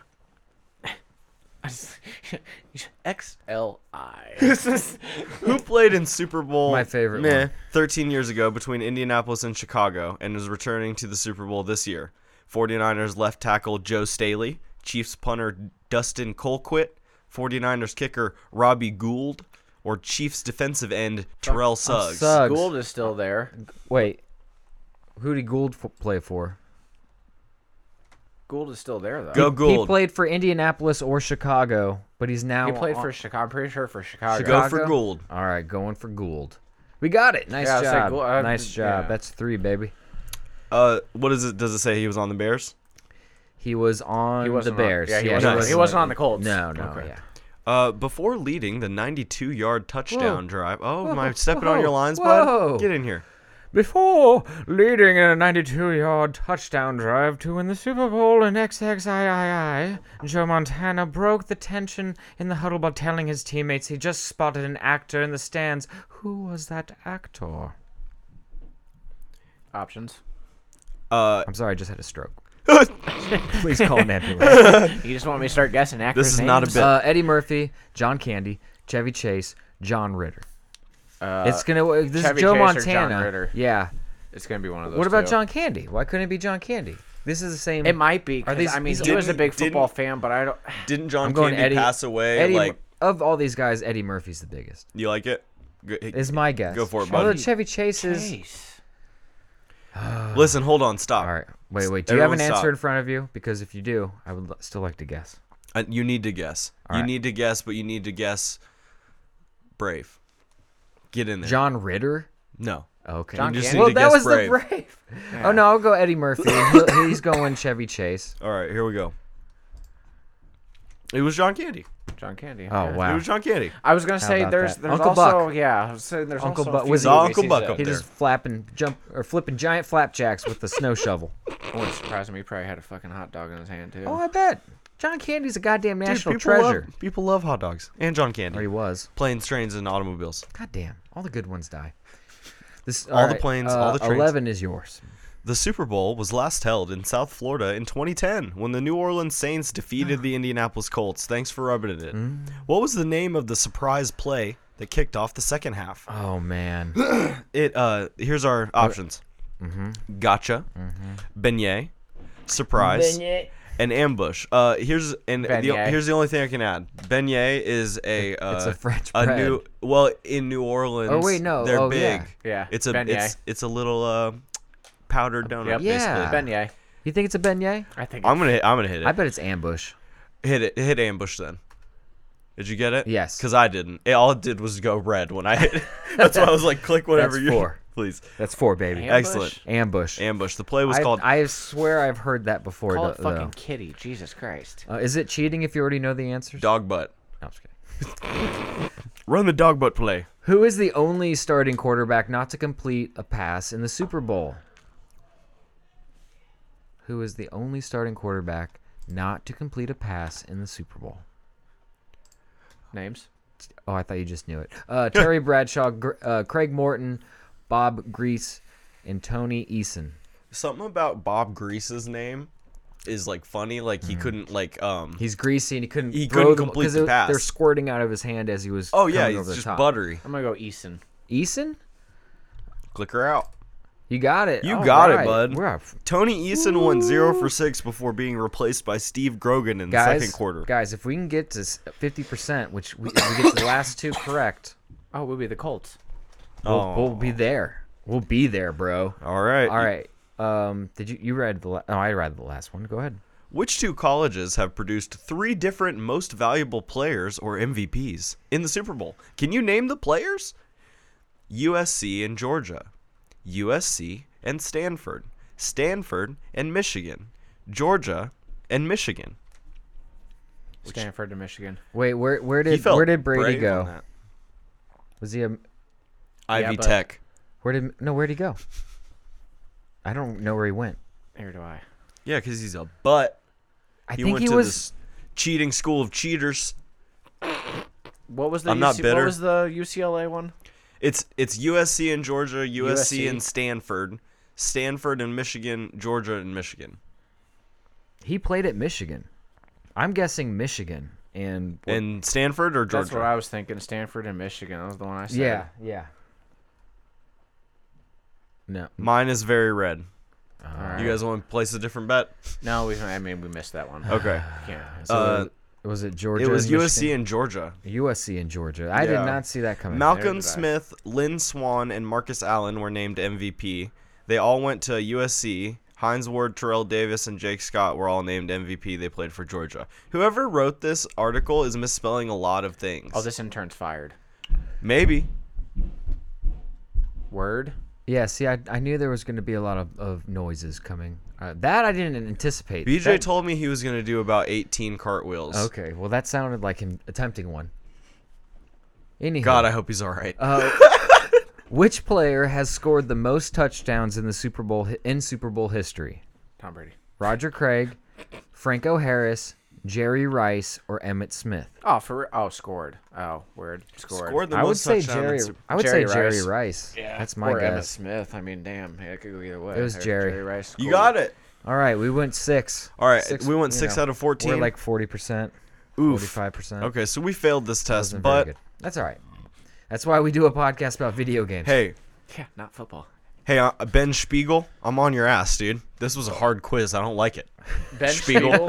[SPEAKER 3] X L I. This is
[SPEAKER 4] Who played in Super Bowl?
[SPEAKER 1] My favorite
[SPEAKER 4] meh,
[SPEAKER 1] one.
[SPEAKER 4] 13 years ago between Indianapolis and Chicago, and is returning to the Super Bowl this year. 49ers left tackle Joe Staley, Chiefs punter Dustin Colquitt, 49ers kicker Robbie Gould, or Chiefs defensive end Terrell Suggs.
[SPEAKER 1] Suggs.
[SPEAKER 3] Gould is still there.
[SPEAKER 1] Wait, who did Gould f- play for?
[SPEAKER 3] Gould is still there though.
[SPEAKER 4] Go
[SPEAKER 1] He
[SPEAKER 4] Oh, Gould.
[SPEAKER 1] played for Indianapolis or Chicago, but he's now.
[SPEAKER 3] He played
[SPEAKER 1] on-
[SPEAKER 3] for Chicago. I'm pretty sure for Chicago.
[SPEAKER 4] Go for
[SPEAKER 1] Chicago?
[SPEAKER 4] Gould.
[SPEAKER 1] All right, going for Gould. We got it. Nice
[SPEAKER 3] Yeah, it's like,
[SPEAKER 1] job.
[SPEAKER 3] well, I-
[SPEAKER 1] nice job.
[SPEAKER 3] yeah.
[SPEAKER 1] That's three, baby.
[SPEAKER 4] Uh, what is it? Does it say he was on the Bears?
[SPEAKER 1] He was on the
[SPEAKER 3] wasn't on-
[SPEAKER 1] Bears.
[SPEAKER 3] yeah, he wasn't
[SPEAKER 4] on-
[SPEAKER 1] was
[SPEAKER 4] he
[SPEAKER 3] wasn't on the Colts.
[SPEAKER 1] No, no,
[SPEAKER 3] Okay.
[SPEAKER 1] yeah.
[SPEAKER 4] Uh, before leading the 92-yard touchdown drive. Oh, am I stepping on your
[SPEAKER 1] whoa,
[SPEAKER 4] lines,
[SPEAKER 1] whoa.
[SPEAKER 4] bud? Get in here.
[SPEAKER 1] Before leading in a 92-yard touchdown drive to win the Super Bowl in XXIII, Joe Montana broke the tension in the huddle by telling his teammates he just spotted an actor in the stands. Who was that actor?
[SPEAKER 3] Options.
[SPEAKER 4] Uh,
[SPEAKER 1] I'm sorry, I just had a stroke. Please call an ambulance.
[SPEAKER 3] You just want me to start guessing actors?
[SPEAKER 4] this is not a
[SPEAKER 3] names?
[SPEAKER 4] bit.
[SPEAKER 1] Uh, Eddie Murphy, John Candy, Chevy Chase, John Ritter. it's gonna. This
[SPEAKER 3] Chevy
[SPEAKER 1] is Joe
[SPEAKER 3] Chase or John
[SPEAKER 1] Montana.
[SPEAKER 3] Ritter?
[SPEAKER 1] Yeah.
[SPEAKER 3] It's gonna be one of those.
[SPEAKER 1] What about
[SPEAKER 3] two.
[SPEAKER 1] John Candy? Why couldn't it be John Candy? This is the same.
[SPEAKER 3] It might be. 'cause,
[SPEAKER 1] these-
[SPEAKER 3] I mean,
[SPEAKER 1] these
[SPEAKER 3] he was a
[SPEAKER 4] didn't-
[SPEAKER 3] big football
[SPEAKER 4] didn't-
[SPEAKER 3] fan, but I don't.
[SPEAKER 4] Didn't John
[SPEAKER 1] I'm going
[SPEAKER 4] Candy
[SPEAKER 1] Eddie-
[SPEAKER 4] pass away?
[SPEAKER 1] Eddie,
[SPEAKER 4] like
[SPEAKER 1] of all these guys, Eddie Murphy's the biggest.
[SPEAKER 4] you like it? Good-
[SPEAKER 1] Is my guess.
[SPEAKER 4] Go for it,
[SPEAKER 1] Although
[SPEAKER 4] buddy.
[SPEAKER 1] Chevy Chase is.
[SPEAKER 4] Listen, hold on, stop.
[SPEAKER 1] All right. Wait, wait. Do you have an
[SPEAKER 4] Everyone
[SPEAKER 1] answer
[SPEAKER 4] stop.
[SPEAKER 1] in front of you? Because if you do, I would l- still like to guess.
[SPEAKER 4] Uh, you need to guess.
[SPEAKER 1] All
[SPEAKER 4] you
[SPEAKER 1] right.
[SPEAKER 4] need to guess, but you need to guess. Brave. Get in there.
[SPEAKER 1] John Ritter.
[SPEAKER 4] no.
[SPEAKER 1] Okay.
[SPEAKER 3] John
[SPEAKER 4] You just
[SPEAKER 3] Candy.
[SPEAKER 4] need
[SPEAKER 1] well,
[SPEAKER 4] to
[SPEAKER 1] that
[SPEAKER 4] guess
[SPEAKER 1] was
[SPEAKER 4] brave.
[SPEAKER 1] the brave. Oh no, I'll go Eddie Murphy. and he'll- he's going Chevy Chase.
[SPEAKER 4] All right, here we go. It was John Candy.
[SPEAKER 3] John Candy.
[SPEAKER 1] Oh
[SPEAKER 3] okay.
[SPEAKER 4] It
[SPEAKER 1] wow.
[SPEAKER 4] was John Candy.
[SPEAKER 3] I was gonna say
[SPEAKER 1] about
[SPEAKER 3] there's
[SPEAKER 1] that?
[SPEAKER 3] there's
[SPEAKER 1] Uncle
[SPEAKER 3] also
[SPEAKER 1] Buck.
[SPEAKER 3] yeah. I was saying there's
[SPEAKER 1] Uncle
[SPEAKER 3] also a
[SPEAKER 1] Buck
[SPEAKER 3] few
[SPEAKER 1] was-
[SPEAKER 4] Saw
[SPEAKER 3] movies
[SPEAKER 4] Uncle
[SPEAKER 3] he's
[SPEAKER 4] Buck
[SPEAKER 3] in.
[SPEAKER 4] up
[SPEAKER 1] He
[SPEAKER 4] there.
[SPEAKER 1] just flapping jump or flipping giant flapjacks with the snow shovel.
[SPEAKER 3] It wouldn't surprise me. He probably had a fucking hot dog in his hand too.
[SPEAKER 1] Oh, I bet. John Candy's a goddamn
[SPEAKER 4] Dude,
[SPEAKER 1] national
[SPEAKER 4] people love-
[SPEAKER 1] treasure.
[SPEAKER 4] people love hot dogs and John Candy.
[SPEAKER 1] Or he was.
[SPEAKER 4] Planes, trains, and automobiles.
[SPEAKER 1] God damn. All the good ones die. This uh,
[SPEAKER 4] All the planes, all the trains.
[SPEAKER 1] Eleven is yours.
[SPEAKER 4] The Super Bowl was last held in South Florida in 2010 when the New Orleans Saints defeated the Indianapolis Colts. Thanks for rubbing it in.
[SPEAKER 1] Mm.
[SPEAKER 4] What was the name of the surprise play that kicked off the second half?
[SPEAKER 1] Oh man.
[SPEAKER 4] It uh here's our options.
[SPEAKER 1] mm-hmm.
[SPEAKER 4] Gotcha. Beignet. Surprise. An ambush. Uh, here's and the,
[SPEAKER 3] Beignet.
[SPEAKER 4] here's the only thing I can add. Beignet is a uh,
[SPEAKER 1] it's a French
[SPEAKER 4] a
[SPEAKER 1] bread.
[SPEAKER 4] new well in New Orleans.
[SPEAKER 1] Oh, wait, no.
[SPEAKER 4] they're
[SPEAKER 1] Oh,
[SPEAKER 4] big.
[SPEAKER 1] yeah.
[SPEAKER 3] Yeah,
[SPEAKER 4] it's a
[SPEAKER 3] beignet.
[SPEAKER 4] it's it's a little uh powdered donut.
[SPEAKER 3] Yep.
[SPEAKER 1] Yeah.
[SPEAKER 4] basically.
[SPEAKER 3] Beignet.
[SPEAKER 1] You think it's a beignet?
[SPEAKER 3] I think.
[SPEAKER 4] I'm gonna hit, I'm gonna hit it.
[SPEAKER 1] I bet it's ambush.
[SPEAKER 4] hit it hit ambush then. Did you get it?
[SPEAKER 1] Yes.
[SPEAKER 4] Because I didn't. It, all it did was go red when I hit. it. That's why I was like, click whatever
[SPEAKER 1] That's
[SPEAKER 4] you
[SPEAKER 1] four.
[SPEAKER 4] please.
[SPEAKER 1] That's four, baby.
[SPEAKER 3] Ambush?
[SPEAKER 4] Excellent.
[SPEAKER 1] Ambush.
[SPEAKER 4] Ambush. The play was
[SPEAKER 1] I,
[SPEAKER 4] called
[SPEAKER 1] I swear I've heard that before.
[SPEAKER 3] Call
[SPEAKER 1] tho-
[SPEAKER 3] it fucking
[SPEAKER 1] though.
[SPEAKER 3] kitty. Jesus Christ.
[SPEAKER 1] Uh, is it cheating if you already know the answers?
[SPEAKER 4] dog butt.
[SPEAKER 1] No, I'm just kidding.
[SPEAKER 4] Run the dog butt play.
[SPEAKER 1] Who is the only starting quarterback not to complete a pass in the Super Bowl? Who is the only starting quarterback not to complete a pass in the Super Bowl?
[SPEAKER 3] Names.
[SPEAKER 1] Oh, I thought you just knew it. Uh, Terry Bradshaw, Gr- uh, Craig Morton, Bob Grease, and Tony Eason.
[SPEAKER 4] Something about Bob Grease's name is like funny. Like he couldn't like um.
[SPEAKER 1] He's greasy and Mm. he couldn't
[SPEAKER 4] He
[SPEAKER 1] throw
[SPEAKER 4] couldn't
[SPEAKER 1] the-
[SPEAKER 4] complete
[SPEAKER 1] 'cause
[SPEAKER 4] the
[SPEAKER 1] it- They're
[SPEAKER 4] pass.
[SPEAKER 1] squirting out of his hand as he was.
[SPEAKER 4] oh yeah,
[SPEAKER 1] coming over
[SPEAKER 4] he's
[SPEAKER 1] the
[SPEAKER 4] just
[SPEAKER 1] top.
[SPEAKER 4] buttery.
[SPEAKER 3] I'm gonna go Eason.
[SPEAKER 1] Eason,
[SPEAKER 4] Click her out.
[SPEAKER 1] you got it.
[SPEAKER 4] You
[SPEAKER 1] All
[SPEAKER 4] got it,
[SPEAKER 1] right.
[SPEAKER 4] bud.
[SPEAKER 1] We're up.
[SPEAKER 4] Tony Eason won zero for six before being replaced by Steve Grogan in the
[SPEAKER 1] guys.
[SPEAKER 4] second quarter.
[SPEAKER 1] guys, if we can get to fifty percent, which we, if we get to the last two correct,
[SPEAKER 3] Oh, we'll be the Colts.
[SPEAKER 1] we'll,
[SPEAKER 4] Oh.
[SPEAKER 1] we'll be there. We'll be there, bro.
[SPEAKER 4] All right.
[SPEAKER 1] All right. Um, did you you read the? La- oh, I read the last one. Go ahead.
[SPEAKER 4] Which two colleges have produced three different most valuable players or MVPs in the Super Bowl? Can you name the players? USC and Georgia, USC and Stanford, Stanford and Michigan, Georgia and Michigan.
[SPEAKER 3] Stanford to Michigan.
[SPEAKER 1] Wait, where where
[SPEAKER 4] He
[SPEAKER 1] did
[SPEAKER 4] felt
[SPEAKER 1] where did Brady
[SPEAKER 4] brave on
[SPEAKER 1] go?
[SPEAKER 4] that.
[SPEAKER 1] Was he a
[SPEAKER 4] Ivy
[SPEAKER 3] but-
[SPEAKER 4] Tech.
[SPEAKER 1] where did no where would he go? I don't know where he went.
[SPEAKER 3] Here do I.
[SPEAKER 4] Yeah, because he's a butt.
[SPEAKER 1] I
[SPEAKER 4] He
[SPEAKER 1] think
[SPEAKER 4] went
[SPEAKER 1] he
[SPEAKER 4] to
[SPEAKER 1] was.
[SPEAKER 4] this cheating school of cheaters.
[SPEAKER 3] What was the
[SPEAKER 4] I'm not
[SPEAKER 3] UC
[SPEAKER 4] bitter.
[SPEAKER 3] What was the UCLA one?
[SPEAKER 4] It's it's USC and Georgia, USC,
[SPEAKER 3] USC.
[SPEAKER 4] and Stanford, Stanford and Michigan, Georgia and Michigan,
[SPEAKER 1] He played at Michigan. I'm guessing Michigan and what-
[SPEAKER 4] and Stanford or Georgia.
[SPEAKER 3] That's what I was thinking. Stanford and Michigan. That was the one I said.
[SPEAKER 1] yeah, yeah. No,
[SPEAKER 4] Mine is very red.
[SPEAKER 3] All
[SPEAKER 4] You
[SPEAKER 3] right.
[SPEAKER 4] guys want to place a different bet?
[SPEAKER 3] No, we. I mean, we missed that one.
[SPEAKER 4] Okay.
[SPEAKER 3] Yeah.
[SPEAKER 1] so
[SPEAKER 4] Uh,
[SPEAKER 1] was it Georgia?
[SPEAKER 4] It was
[SPEAKER 1] and
[SPEAKER 4] USC and Georgia.
[SPEAKER 1] Michigan? USC and Georgia. I did
[SPEAKER 4] Yeah.
[SPEAKER 1] not see that coming.
[SPEAKER 4] Malcolm
[SPEAKER 3] did I.
[SPEAKER 4] Smith, Lynn Swan, and Marcus Allen were named MVP. They all went to USC. Heinz Ward, Terrell Davis, and Jake Scott were all named MVP. They played for Georgia. Whoever wrote this article is
[SPEAKER 1] Oh,
[SPEAKER 4] misspelling a lot of things.
[SPEAKER 3] Oh, this intern's fired.
[SPEAKER 4] Maybe.
[SPEAKER 3] Word.
[SPEAKER 1] Yeah, see, I, I knew there was going to be a lot of, of noises coming. Uh, that I didn't anticipate.
[SPEAKER 4] BJ told me he was gonna do about 18 cartwheels.
[SPEAKER 1] okay, well, that sounded like him attempting one. Anyhow,
[SPEAKER 4] God, I hope he's all right.
[SPEAKER 1] Uh, which player has scored the most touchdowns in the Super Bowl hi- in Super Bowl history?
[SPEAKER 3] Tom Brady.
[SPEAKER 1] Roger Craig, Franco Harris, Jerry Rice, or Emmett Smith?
[SPEAKER 3] Oh, for re- oh, scored. Oh, word. Scored.
[SPEAKER 4] Scored the
[SPEAKER 1] I would
[SPEAKER 4] most
[SPEAKER 1] say
[SPEAKER 4] touchdown in
[SPEAKER 1] Jerry.
[SPEAKER 4] Super-
[SPEAKER 1] I would
[SPEAKER 3] Jerry
[SPEAKER 1] say Jerry Rice.
[SPEAKER 3] Rice.
[SPEAKER 1] Yeah, that's my
[SPEAKER 3] or Emmett
[SPEAKER 1] guess.
[SPEAKER 3] Smith. I mean, damn, it could go either way.
[SPEAKER 1] It was
[SPEAKER 3] Or
[SPEAKER 1] Jerry.
[SPEAKER 3] Rice.
[SPEAKER 4] You
[SPEAKER 3] scored.
[SPEAKER 4] got it.
[SPEAKER 1] All right, we went six.
[SPEAKER 4] All right,
[SPEAKER 1] Six,
[SPEAKER 4] we went
[SPEAKER 1] you
[SPEAKER 4] six
[SPEAKER 1] know,
[SPEAKER 4] out of 14.
[SPEAKER 1] We're like forty percent,
[SPEAKER 4] Oof.
[SPEAKER 1] forty-five percent.
[SPEAKER 4] Okay, so we failed this test,
[SPEAKER 1] Wasn't very
[SPEAKER 4] but
[SPEAKER 1] good. that's all right. That's why we do a podcast about video games.
[SPEAKER 4] hey,
[SPEAKER 3] Yeah, not football.
[SPEAKER 4] hey, uh, Ben Spiegel, I'm on your ass, dude. This was a hard quiz. I don't like it.
[SPEAKER 3] Ben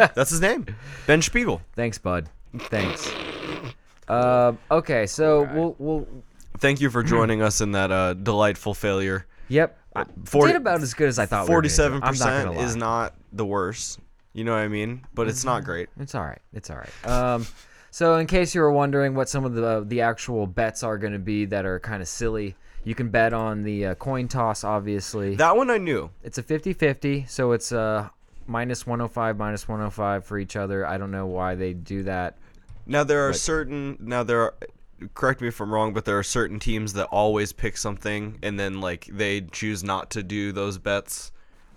[SPEAKER 4] That's his name. Ben Spiegel.
[SPEAKER 1] Thanks, bud. Thanks. Um, okay, so we'll we'll
[SPEAKER 4] Thank you
[SPEAKER 1] Hmm.
[SPEAKER 4] for joining us in that uh, delightful failure.
[SPEAKER 1] yep. I
[SPEAKER 4] forty-
[SPEAKER 1] did about as good as I thought. we were gonna do.
[SPEAKER 4] Forty-seven
[SPEAKER 1] I'm not gonna
[SPEAKER 4] percent
[SPEAKER 1] lie. Mm-hmm.
[SPEAKER 4] is not the worst. You know what I mean? But it's not great.
[SPEAKER 1] It's all right. It's all right. Um, so in case you were wondering what some of the the actual bets are going to be that are kind of silly, you can bet on the uh, coin toss. Obviously,
[SPEAKER 4] That one I knew.
[SPEAKER 1] it's a 50-50, so it's uh, minus 105, minus 105 for each other. I don't know why they do that.
[SPEAKER 4] Now there are certain. Now there are. Correct me if I'm wrong, but there are certain teams that always pick something and then like they choose not to do those bets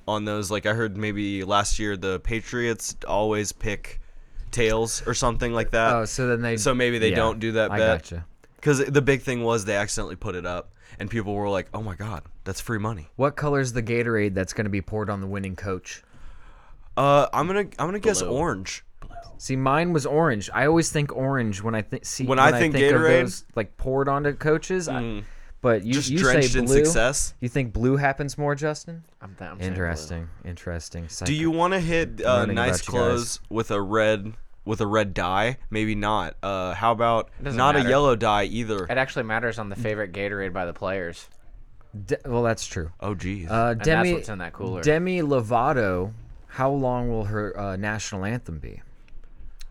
[SPEAKER 4] on those. Like I heard maybe last year the Patriots always pick tails or something like that.
[SPEAKER 1] Oh, so then they
[SPEAKER 4] So maybe they
[SPEAKER 1] yeah,
[SPEAKER 4] don't do that
[SPEAKER 1] I
[SPEAKER 4] bet.
[SPEAKER 1] gotcha.
[SPEAKER 4] Because the big thing was they accidentally put it up, and people were like, "Oh my god, that's free money."
[SPEAKER 1] What color's the Gatorade that's going to be poured on the winning coach?
[SPEAKER 4] Uh, I'm gonna I'm gonna guess orange.
[SPEAKER 1] See, mine was orange. I always think orange when I think see
[SPEAKER 4] When I think
[SPEAKER 1] of
[SPEAKER 4] Gatorade- Mm.
[SPEAKER 1] those, like poured onto coaches. I- but you
[SPEAKER 4] Just
[SPEAKER 1] you
[SPEAKER 4] drenched
[SPEAKER 1] say
[SPEAKER 4] in
[SPEAKER 1] blue.
[SPEAKER 4] success.
[SPEAKER 1] You think blue happens more, Justin?
[SPEAKER 3] I'm, th- I'm saying
[SPEAKER 1] Interesting, interesting. Psycho.
[SPEAKER 4] Do you want to hit uh,
[SPEAKER 1] learning about you
[SPEAKER 4] nice
[SPEAKER 1] guys.
[SPEAKER 4] clothes with a red with a red dye? Maybe not. Uh, how about
[SPEAKER 3] doesn't
[SPEAKER 4] not a
[SPEAKER 3] matter.
[SPEAKER 4] yellow dye
[SPEAKER 3] blue.
[SPEAKER 4] either?
[SPEAKER 3] It actually matters on the favorite Gatorade by the players.
[SPEAKER 1] De- well, that's true.
[SPEAKER 4] Oh geez.
[SPEAKER 1] Uh,
[SPEAKER 3] And
[SPEAKER 1] Demi
[SPEAKER 3] that's what's in that cooler.
[SPEAKER 1] Demi Lovato. How long will her uh, national anthem be?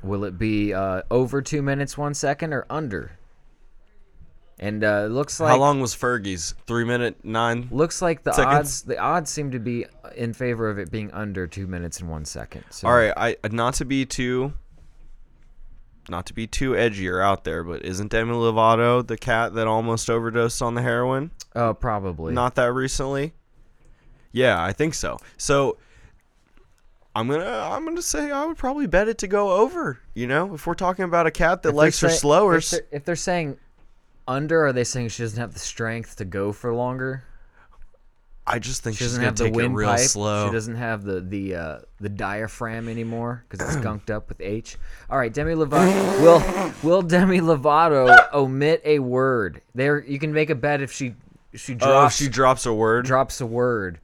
[SPEAKER 1] Will it be uh, over two minutes one second or under? And uh, it looks like
[SPEAKER 4] how long was Fergie's? Three minute nine.
[SPEAKER 1] Looks like the
[SPEAKER 4] Seconds?
[SPEAKER 1] odds the odds seem to be in favor of it being under two minutes and one second. So
[SPEAKER 4] All right. I uh, not to be too. Not to be too edgy or out there, but isn't Demi Lovato the cat that almost overdosed on the heroin?
[SPEAKER 1] uh, probably
[SPEAKER 4] not that recently yeah i think so so i'm gonna i'm gonna say i would probably bet it to go over you know if we're talking about a cat that
[SPEAKER 1] If they're
[SPEAKER 4] likes her
[SPEAKER 1] say- If
[SPEAKER 4] slowers
[SPEAKER 1] they're, if they're saying under, are they saying she doesn't have the strength to go for longer?
[SPEAKER 4] i just think
[SPEAKER 1] She
[SPEAKER 4] she's
[SPEAKER 1] doesn't
[SPEAKER 4] gonna
[SPEAKER 1] have the
[SPEAKER 4] take it real
[SPEAKER 1] windpipe.
[SPEAKER 4] slow
[SPEAKER 1] She doesn't have the the uh, the diaphragm anymore because it's gunked up with H. All right, Demi Lovato. will Will Demi Lovato omit a word? There, you can make a bet if she she
[SPEAKER 4] oh if
[SPEAKER 1] drops
[SPEAKER 4] she drops a word
[SPEAKER 1] drops a word.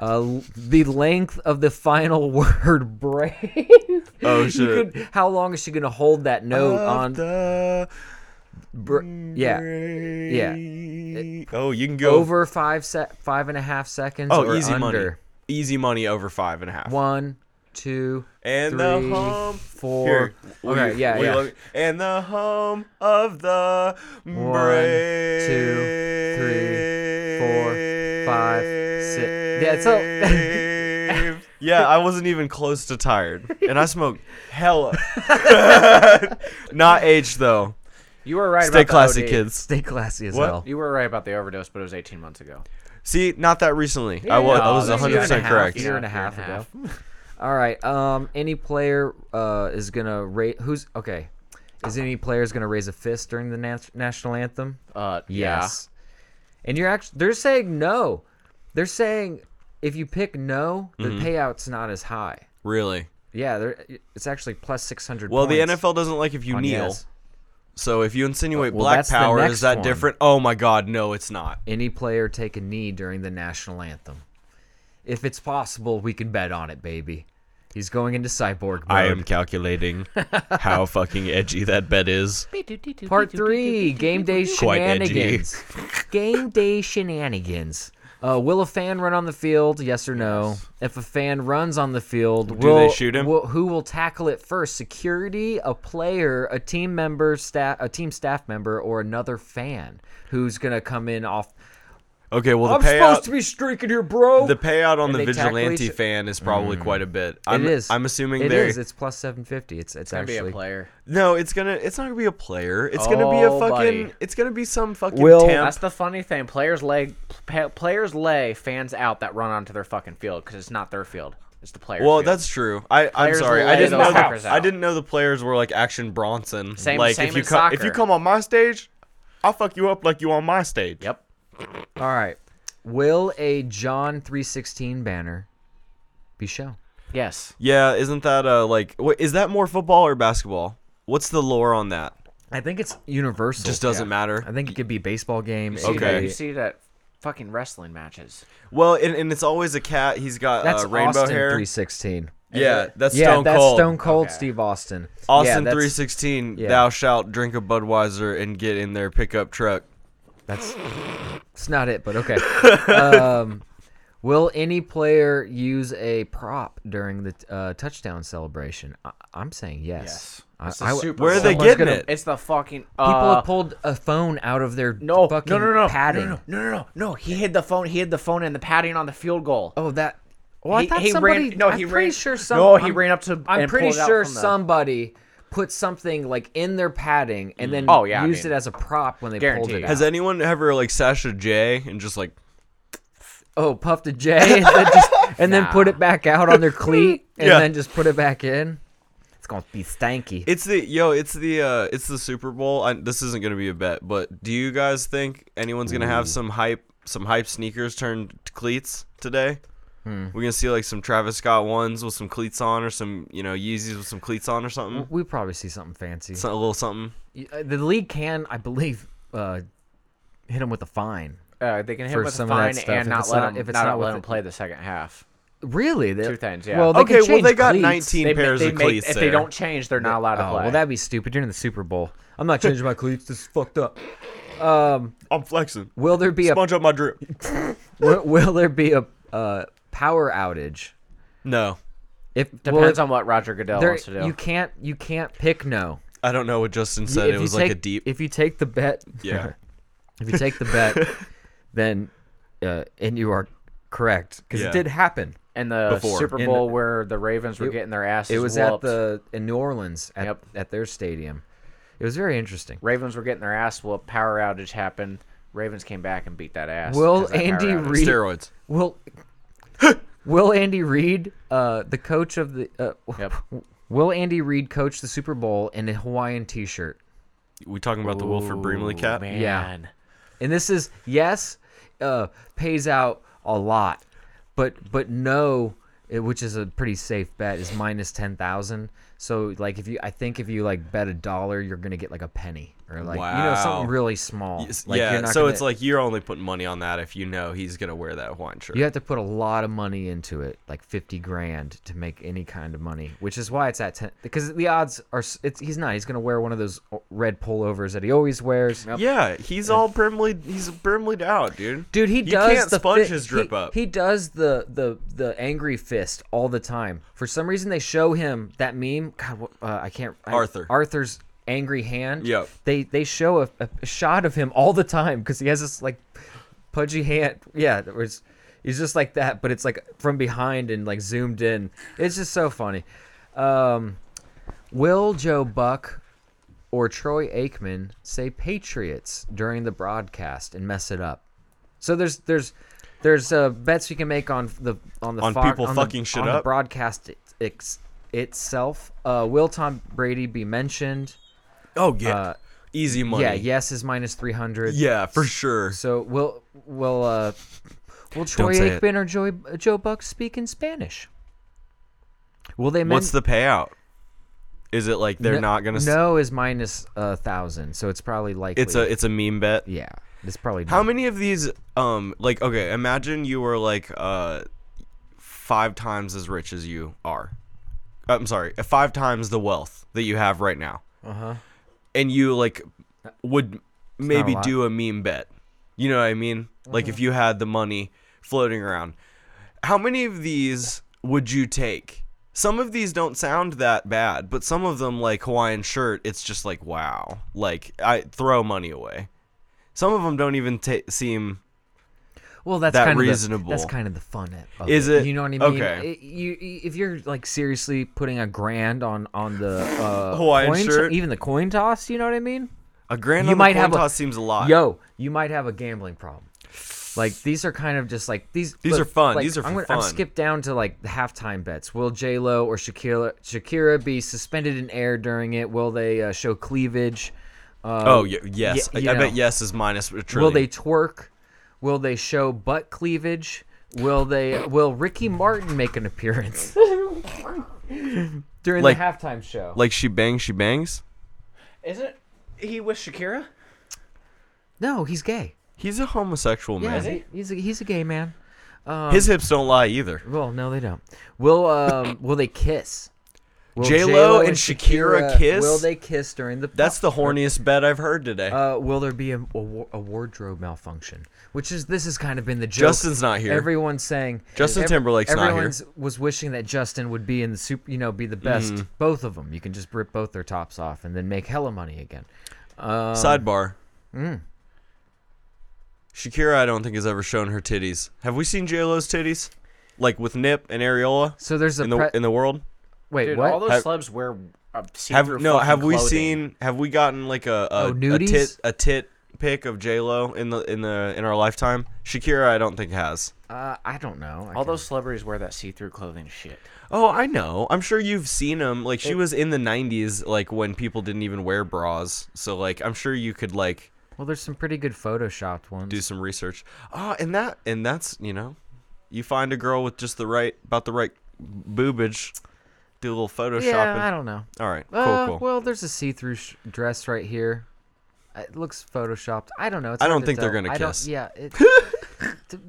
[SPEAKER 1] Uh, l- the length of the final word break.
[SPEAKER 4] oh
[SPEAKER 1] You
[SPEAKER 4] shit
[SPEAKER 1] could- how long is she gonna hold that note
[SPEAKER 4] Of
[SPEAKER 1] on?
[SPEAKER 4] the
[SPEAKER 1] br- yeah,
[SPEAKER 4] yeah oh you can go
[SPEAKER 1] over five sec, five and a half seconds.
[SPEAKER 4] oh
[SPEAKER 1] or
[SPEAKER 4] easy money
[SPEAKER 1] under.
[SPEAKER 4] easy money over five and a half
[SPEAKER 1] One, two,
[SPEAKER 4] and
[SPEAKER 1] three,
[SPEAKER 4] the home
[SPEAKER 1] four.
[SPEAKER 4] Here, will
[SPEAKER 1] okay,
[SPEAKER 4] you-
[SPEAKER 1] yeah,
[SPEAKER 4] will you
[SPEAKER 1] yeah.
[SPEAKER 4] look- and the home of the
[SPEAKER 1] One, two, three, four, five, six- Yeah, so-
[SPEAKER 4] brave. yeah, I wasn't even close to tired, and I smoked hella. Not H though.
[SPEAKER 3] You were right
[SPEAKER 4] Stay
[SPEAKER 3] about
[SPEAKER 4] classy,
[SPEAKER 3] the OD.
[SPEAKER 4] kids.
[SPEAKER 1] Stay classy as
[SPEAKER 4] What?
[SPEAKER 1] hell.
[SPEAKER 3] You were right about the overdose, but it was 18 months ago.
[SPEAKER 4] See, not that recently. I was, I was
[SPEAKER 1] no,
[SPEAKER 3] this
[SPEAKER 1] it's a year
[SPEAKER 4] 100
[SPEAKER 1] and a
[SPEAKER 4] percent
[SPEAKER 1] half,
[SPEAKER 4] correct.
[SPEAKER 1] Year and a half ago. All right. Um, any player uh is gonna rate who's okay. Is any player is gonna raise a fist during the nat- national anthem?
[SPEAKER 3] Uh,
[SPEAKER 1] Yes. And you're actually they're saying no. They're saying if you pick no, the
[SPEAKER 4] Mm-hmm.
[SPEAKER 1] payout's not as high.
[SPEAKER 4] Really?
[SPEAKER 1] Yeah, they're, it's actually plus six hundred.
[SPEAKER 4] Well, the NFL doesn't like if you kneel. So if you insinuate
[SPEAKER 1] Well,
[SPEAKER 4] black
[SPEAKER 1] that's the
[SPEAKER 4] power,
[SPEAKER 1] next
[SPEAKER 4] is that
[SPEAKER 1] one.
[SPEAKER 4] different? Oh my God, no, it's not.
[SPEAKER 1] Any player take a knee during the national anthem. If it's possible, we can bet on it, baby. He's going into cyborg mode.
[SPEAKER 4] I am calculating how fucking edgy that bet is.
[SPEAKER 1] Part three, game day
[SPEAKER 4] Quite edgy.
[SPEAKER 1] shenanigans. game day shenanigans. Uh, will a fan run on the field? Yes or no. If a fan runs on the field,
[SPEAKER 4] they
[SPEAKER 1] will
[SPEAKER 4] shoot him?
[SPEAKER 1] will- who will tackle it first? Security, a player, a team member, staff, a team staff member, or another fan who's gonna come in off.
[SPEAKER 4] Okay, well
[SPEAKER 1] I'm
[SPEAKER 4] the
[SPEAKER 1] supposed
[SPEAKER 4] payout
[SPEAKER 1] to be streaking here, bro.
[SPEAKER 4] the payout on
[SPEAKER 1] And
[SPEAKER 4] the
[SPEAKER 1] they tackle
[SPEAKER 4] vigilante
[SPEAKER 1] each- Mm.
[SPEAKER 4] fan is probably quite a bit. I'm,
[SPEAKER 1] it is.
[SPEAKER 4] I'm assuming
[SPEAKER 1] it
[SPEAKER 4] they
[SPEAKER 1] is. It's plus seven fifty. It's it's,
[SPEAKER 3] Gonna be a
[SPEAKER 1] actually
[SPEAKER 3] player.
[SPEAKER 4] No, it's gonna. It's not gonna be a player. It's gonna be a
[SPEAKER 3] Oh,
[SPEAKER 4] fucking.
[SPEAKER 3] buddy.
[SPEAKER 4] It's gonna be some fucking
[SPEAKER 1] Will-
[SPEAKER 4] temp.
[SPEAKER 3] That's the funny thing. Players lay pa- players lay fans out that run onto their fucking field because it's not their field. It's the players.
[SPEAKER 4] well,
[SPEAKER 3] field.
[SPEAKER 4] that's true. I I'm
[SPEAKER 3] Players
[SPEAKER 4] sorry. I
[SPEAKER 3] lay
[SPEAKER 4] didn't
[SPEAKER 3] those
[SPEAKER 4] know.
[SPEAKER 3] fuckers
[SPEAKER 4] The, I
[SPEAKER 3] out.
[SPEAKER 4] didn't know the players were like Action Bronson.
[SPEAKER 3] Same-
[SPEAKER 4] like
[SPEAKER 3] same
[SPEAKER 4] if you
[SPEAKER 3] in
[SPEAKER 4] come if
[SPEAKER 3] soccer.
[SPEAKER 4] you come on my stage, I'll fuck you up like you on my stage.
[SPEAKER 3] Yep.
[SPEAKER 1] All right. Will a John three sixteen banner be shown?
[SPEAKER 3] Yes.
[SPEAKER 4] Yeah, isn't that uh like wha- is that more football or basketball? What's the lore on that?
[SPEAKER 1] I think it's universal.
[SPEAKER 4] Just doesn't matter.
[SPEAKER 1] I think it could be baseball game. it
[SPEAKER 3] You see
[SPEAKER 1] could
[SPEAKER 3] that-
[SPEAKER 4] Okay. Uh,
[SPEAKER 3] You
[SPEAKER 1] be-
[SPEAKER 3] see that fucking wrestling matches.
[SPEAKER 4] Well, and, and it's always a cat. He's got
[SPEAKER 1] That's
[SPEAKER 4] uh, rainbow
[SPEAKER 1] Austin
[SPEAKER 4] hair.
[SPEAKER 1] three sixteen.
[SPEAKER 4] yeah, that's
[SPEAKER 1] yeah,
[SPEAKER 4] Stone
[SPEAKER 1] that's
[SPEAKER 4] Cold.
[SPEAKER 1] Stone Cold Steve Austin. Yeah,
[SPEAKER 4] Austin
[SPEAKER 1] that's-
[SPEAKER 4] three sixteen.
[SPEAKER 1] yeah.
[SPEAKER 4] Thou shalt drink a Budweiser and get in their pickup truck.
[SPEAKER 1] That's it's not it, but okay. um, will any player use a prop during the uh, touchdown celebration? I, I'm saying yes.
[SPEAKER 3] Yes.
[SPEAKER 1] I-
[SPEAKER 3] It's the
[SPEAKER 1] I-
[SPEAKER 3] Super
[SPEAKER 4] Where are they
[SPEAKER 1] someone's
[SPEAKER 4] getting
[SPEAKER 1] gonna-
[SPEAKER 4] it?
[SPEAKER 3] It's the fucking.
[SPEAKER 1] People
[SPEAKER 3] uh,
[SPEAKER 1] have pulled a phone out of their
[SPEAKER 3] no,
[SPEAKER 1] fucking
[SPEAKER 3] no, no, no,
[SPEAKER 1] padding.
[SPEAKER 3] no, no, no, no, no. He hid the phone. He hid the phone and the padding on the field goal.
[SPEAKER 1] Oh, that. Well, I
[SPEAKER 3] He-
[SPEAKER 1] thought
[SPEAKER 3] he ran-
[SPEAKER 1] somebody.
[SPEAKER 3] no,
[SPEAKER 1] I'm
[SPEAKER 3] he
[SPEAKER 1] pretty
[SPEAKER 3] ran-
[SPEAKER 1] sure some.
[SPEAKER 3] no, he
[SPEAKER 1] I'm-
[SPEAKER 3] ran up to-
[SPEAKER 1] I'm
[SPEAKER 3] and
[SPEAKER 1] pretty
[SPEAKER 3] pulled it out
[SPEAKER 1] sure
[SPEAKER 3] from the-
[SPEAKER 1] somebody put something like in their padding and then
[SPEAKER 3] Oh, yeah, I
[SPEAKER 1] used
[SPEAKER 3] mean-
[SPEAKER 1] it as a prop when they pulled
[SPEAKER 3] Guaranteed.
[SPEAKER 1] it out.
[SPEAKER 4] Has anyone ever like Sasha J and just like
[SPEAKER 1] oh, puffed a J and then, just, and then put it back out on their cleat and
[SPEAKER 4] Yeah.
[SPEAKER 1] then just put it back in. It's gonna be stanky.
[SPEAKER 4] it's the yo, it's the uh it's the Super Bowl. I, this isn't going to be a bet, but do you guys think anyone's going to have some hype some hype sneakers turned to cleats today?
[SPEAKER 1] Hmm.
[SPEAKER 4] We're going to see like some Travis Scott ones with some cleats on or some, you know, Yeezys with some cleats on or something.
[SPEAKER 1] we probably see something fancy.
[SPEAKER 4] Some- a little something.
[SPEAKER 1] Y- uh, the league can, I believe, uh, hit him with a fine.
[SPEAKER 3] Uh, they can hit
[SPEAKER 1] For
[SPEAKER 3] him with a
[SPEAKER 1] some of that
[SPEAKER 3] fine
[SPEAKER 1] stuff, if
[SPEAKER 3] and not
[SPEAKER 1] it's
[SPEAKER 3] let
[SPEAKER 1] not-
[SPEAKER 3] him.
[SPEAKER 1] if it's
[SPEAKER 3] not,
[SPEAKER 1] not
[SPEAKER 3] let
[SPEAKER 1] with
[SPEAKER 3] him
[SPEAKER 1] it-
[SPEAKER 3] play the second half.
[SPEAKER 1] Really? They-
[SPEAKER 3] Two things, yeah.
[SPEAKER 1] Well, they
[SPEAKER 4] okay,
[SPEAKER 1] can
[SPEAKER 4] well
[SPEAKER 1] change
[SPEAKER 4] they got
[SPEAKER 1] cleats.
[SPEAKER 4] 19
[SPEAKER 3] They,
[SPEAKER 4] pairs
[SPEAKER 3] they
[SPEAKER 4] of
[SPEAKER 3] make,
[SPEAKER 4] cleats
[SPEAKER 3] if
[SPEAKER 4] there.
[SPEAKER 3] they don't change, they're not allowed to
[SPEAKER 1] Oh,
[SPEAKER 3] play.
[SPEAKER 1] well, that'd be stupid during the Super Bowl. I'm not changing my cleats. This is fucked up. Um,
[SPEAKER 4] I'm flexing.
[SPEAKER 1] Will there be a
[SPEAKER 4] Sponge up my drip.
[SPEAKER 1] will, will there be a uh, power outage?
[SPEAKER 4] No.
[SPEAKER 1] If
[SPEAKER 3] Depends on what Roger Goodell
[SPEAKER 1] there,
[SPEAKER 3] wants to do.
[SPEAKER 1] you can't you can't pick no.
[SPEAKER 4] I don't know what Justin said.
[SPEAKER 1] if
[SPEAKER 4] it
[SPEAKER 1] you
[SPEAKER 4] was
[SPEAKER 1] take,
[SPEAKER 4] like a deep.
[SPEAKER 1] If you take the bet,
[SPEAKER 4] Yeah.
[SPEAKER 1] if you take the bet, then uh, and you are correct because
[SPEAKER 4] Yeah.
[SPEAKER 1] it did happen.
[SPEAKER 3] and the
[SPEAKER 4] Before.
[SPEAKER 3] Super
[SPEAKER 1] In-
[SPEAKER 3] Bowl where the Ravens were
[SPEAKER 1] It-
[SPEAKER 3] getting their asses
[SPEAKER 1] It was
[SPEAKER 3] whooped.
[SPEAKER 1] at the in New Orleans at,
[SPEAKER 3] Yep.
[SPEAKER 1] at their stadium. It was very interesting.
[SPEAKER 3] Ravens were getting their ass whooped. Power outage happened. Ravens came back and beat that ass.
[SPEAKER 1] Will
[SPEAKER 3] 'cause of that
[SPEAKER 1] Andy
[SPEAKER 3] power outage.
[SPEAKER 1] Reid-
[SPEAKER 4] Steroids.
[SPEAKER 1] Will Will Andy Reid, uh, the coach of the uh,
[SPEAKER 3] Yep.
[SPEAKER 1] Will Andy Reid coach the Super Bowl in a Hawaiian T-shirt?
[SPEAKER 4] We talking about the Wilford Brimley cat?
[SPEAKER 3] Man.
[SPEAKER 1] And this is yes, uh, pays out a lot, but but no, it, which is a pretty safe bet is minus ten thousand. So like if you, I think if you like bet a dollar, you're gonna get like a penny or like you know
[SPEAKER 4] Wow.
[SPEAKER 1] something really small.
[SPEAKER 4] Yes,
[SPEAKER 1] Like,
[SPEAKER 4] yeah,
[SPEAKER 1] you're not
[SPEAKER 4] so
[SPEAKER 1] gonna-
[SPEAKER 4] it's like you're only putting money on that if you know he's gonna wear that Hawaiian shirt.
[SPEAKER 1] you have to put a lot of money into it, like fifty grand, to make any kind of money. Which is why it's at ten because the odds are s- it's he's not. He's gonna wear one of those o- red pullovers that he always wears.
[SPEAKER 4] Yeah, he's all brimley. He's brimleyed out, dude.
[SPEAKER 1] Dude, he
[SPEAKER 4] You
[SPEAKER 1] does
[SPEAKER 4] can't
[SPEAKER 1] the
[SPEAKER 4] sponge
[SPEAKER 1] fi-
[SPEAKER 4] his drip
[SPEAKER 1] he,
[SPEAKER 4] up.
[SPEAKER 1] He does the the the angry fist all the time. For some reason, they show him that meme. God, what- uh, I can't. I-
[SPEAKER 4] Arthur.
[SPEAKER 1] Arthur's angry hand.
[SPEAKER 4] Yep.
[SPEAKER 1] They they show a, a- a shot of him all the time because he has this like pudgy hand. Yeah, it was. He's just like that, but it's like from behind and like zoomed in. It's just so funny. Um, will Joe Buck or Troy Aikman say Patriots during the broadcast and mess it up? So there's there's there's uh, bets you can make on the on the
[SPEAKER 4] On
[SPEAKER 1] Fox-
[SPEAKER 4] people
[SPEAKER 1] on
[SPEAKER 4] fucking
[SPEAKER 1] the,
[SPEAKER 4] shit
[SPEAKER 1] on the
[SPEAKER 4] up?
[SPEAKER 1] broadcast it, it's- itself. Uh, will Tom Brady be mentioned?
[SPEAKER 4] Oh yeah, easy money.
[SPEAKER 1] Yeah, yes is minus three hundred.
[SPEAKER 4] Yeah, for sure.
[SPEAKER 1] So will will uh will Troy
[SPEAKER 4] say it.
[SPEAKER 1] Aikman or Joy, Joe Buck speak in Spanish? Will they? Men-
[SPEAKER 4] What's the payout? Is it like they're
[SPEAKER 1] no,
[SPEAKER 4] not gonna? s-
[SPEAKER 1] No is minus a thousand, so it's probably likely.
[SPEAKER 4] It's a it's a meme bet.
[SPEAKER 1] yeah. It's probably
[SPEAKER 4] How many of these? Um, like okay, imagine you were like uh, five times as rich as you are. Uh, I'm sorry, five times the wealth that you have right now. Uh huh. And you like would maybe
[SPEAKER 1] lot.
[SPEAKER 4] do a meme bet. You know what I mean? Like if you had the money floating around, how many of these would you take? Some of these don't sound that bad, but some of them, like Hawaiian shirt, it's just like wow. Like I throw money away. Some of them don't even ta seem
[SPEAKER 1] Well, that's
[SPEAKER 4] that
[SPEAKER 1] kind Of
[SPEAKER 4] reasonable.
[SPEAKER 1] the, that's kind of the fun. e, Of
[SPEAKER 4] Is it?
[SPEAKER 1] You know what I mean?
[SPEAKER 4] Okay.
[SPEAKER 1] It- you if you're like seriously putting a grand on on the uh,
[SPEAKER 4] Hawaiian
[SPEAKER 1] coin to-
[SPEAKER 4] shirt?
[SPEAKER 1] even the coin toss. You know what I mean?
[SPEAKER 4] A grand
[SPEAKER 1] You
[SPEAKER 4] on
[SPEAKER 1] might
[SPEAKER 4] the coin
[SPEAKER 1] have a-
[SPEAKER 4] toss seems a lot.
[SPEAKER 1] Yo, you might have a gambling problem. Like these are kind of just like these.
[SPEAKER 4] These
[SPEAKER 1] look,
[SPEAKER 4] are fun.
[SPEAKER 1] like,
[SPEAKER 4] These are
[SPEAKER 1] I'm
[SPEAKER 4] for
[SPEAKER 1] gonna, I'm
[SPEAKER 4] fun.
[SPEAKER 1] skip down to like the halftime bets. Will J Lo or Shakira Shakira be suspended in air during it? Will they uh, show cleavage? Uh,
[SPEAKER 4] Oh y- yes,
[SPEAKER 1] Y-
[SPEAKER 4] I,
[SPEAKER 1] you
[SPEAKER 4] I bet
[SPEAKER 1] know.
[SPEAKER 4] yes is minus a
[SPEAKER 1] Will
[SPEAKER 4] trillion.
[SPEAKER 1] they twerk? Will they show butt cleavage? Will they? Will Ricky Martin make an appearance during
[SPEAKER 4] Like-
[SPEAKER 1] the halftime show?
[SPEAKER 4] like she bangs, she bangs.
[SPEAKER 3] Isn't he with Shakira?
[SPEAKER 1] no, he's gay.
[SPEAKER 4] He's a homosexual
[SPEAKER 1] Yeah,
[SPEAKER 4] man.
[SPEAKER 1] he's a, he's a gay man. Um,
[SPEAKER 4] His hips don't lie either.
[SPEAKER 1] Well, no, they don't. Will um will they kiss? Will
[SPEAKER 4] J-Lo and Shakira kiss?
[SPEAKER 1] Will they kiss during the?
[SPEAKER 4] That's the horniest bet I've heard today.
[SPEAKER 1] Uh, will there be a, a wa- a wardrobe malfunction? Which is this has kind of been the joke.
[SPEAKER 4] Justin's not here.
[SPEAKER 1] Everyone's saying
[SPEAKER 4] Justin Timberlake's not here.
[SPEAKER 1] everyone's was wishing that Justin would be in the super, you know, be the best.
[SPEAKER 4] Mm-hmm.
[SPEAKER 1] Both of them, you can just rip both their tops off and then make hella money again.
[SPEAKER 4] Sidebar. Shakira, I don't think has ever shown her titties. Have we seen J Lo's titties, like with nip and areola
[SPEAKER 1] So there's a
[SPEAKER 4] in the
[SPEAKER 1] pre-
[SPEAKER 4] in the world?
[SPEAKER 1] wait,
[SPEAKER 3] Dude,
[SPEAKER 1] what?
[SPEAKER 3] all those
[SPEAKER 4] Have-
[SPEAKER 3] celebs wear uh,
[SPEAKER 4] Have
[SPEAKER 3] see-through
[SPEAKER 4] no?
[SPEAKER 3] fucking
[SPEAKER 4] Have we
[SPEAKER 3] clothing.
[SPEAKER 4] seen? Have we gotten like a a,
[SPEAKER 1] Oh,
[SPEAKER 4] a
[SPEAKER 1] nudies?
[SPEAKER 4] tit a tit pic of J Lo in the in the in our lifetime? Shakira, I don't think has.
[SPEAKER 1] uh, I don't know. I
[SPEAKER 3] All
[SPEAKER 1] can't-
[SPEAKER 3] those celebrities wear that see-through clothing shit.
[SPEAKER 4] Oh, I know. I'm sure you've seen them. Like she was in the '90s, like when people didn't even wear bras. So like, I'm sure you could like
[SPEAKER 1] well, there's some pretty good photoshopped ones.
[SPEAKER 4] do some research. Ah, and that and that's you know, you find a girl with just the right about the right boobage, do a little photoshopping.
[SPEAKER 1] yeah, I don't know.
[SPEAKER 4] All right, cool,
[SPEAKER 1] Uh,
[SPEAKER 4] cool.
[SPEAKER 1] Well, there's a see-through sh- dress right here. Uh, It looks photoshopped. I don't know. It's
[SPEAKER 4] I
[SPEAKER 1] hard
[SPEAKER 4] don't
[SPEAKER 1] to
[SPEAKER 4] think they're
[SPEAKER 1] tell.
[SPEAKER 4] gonna
[SPEAKER 1] I don't-
[SPEAKER 4] kiss.
[SPEAKER 1] Yeah. It, to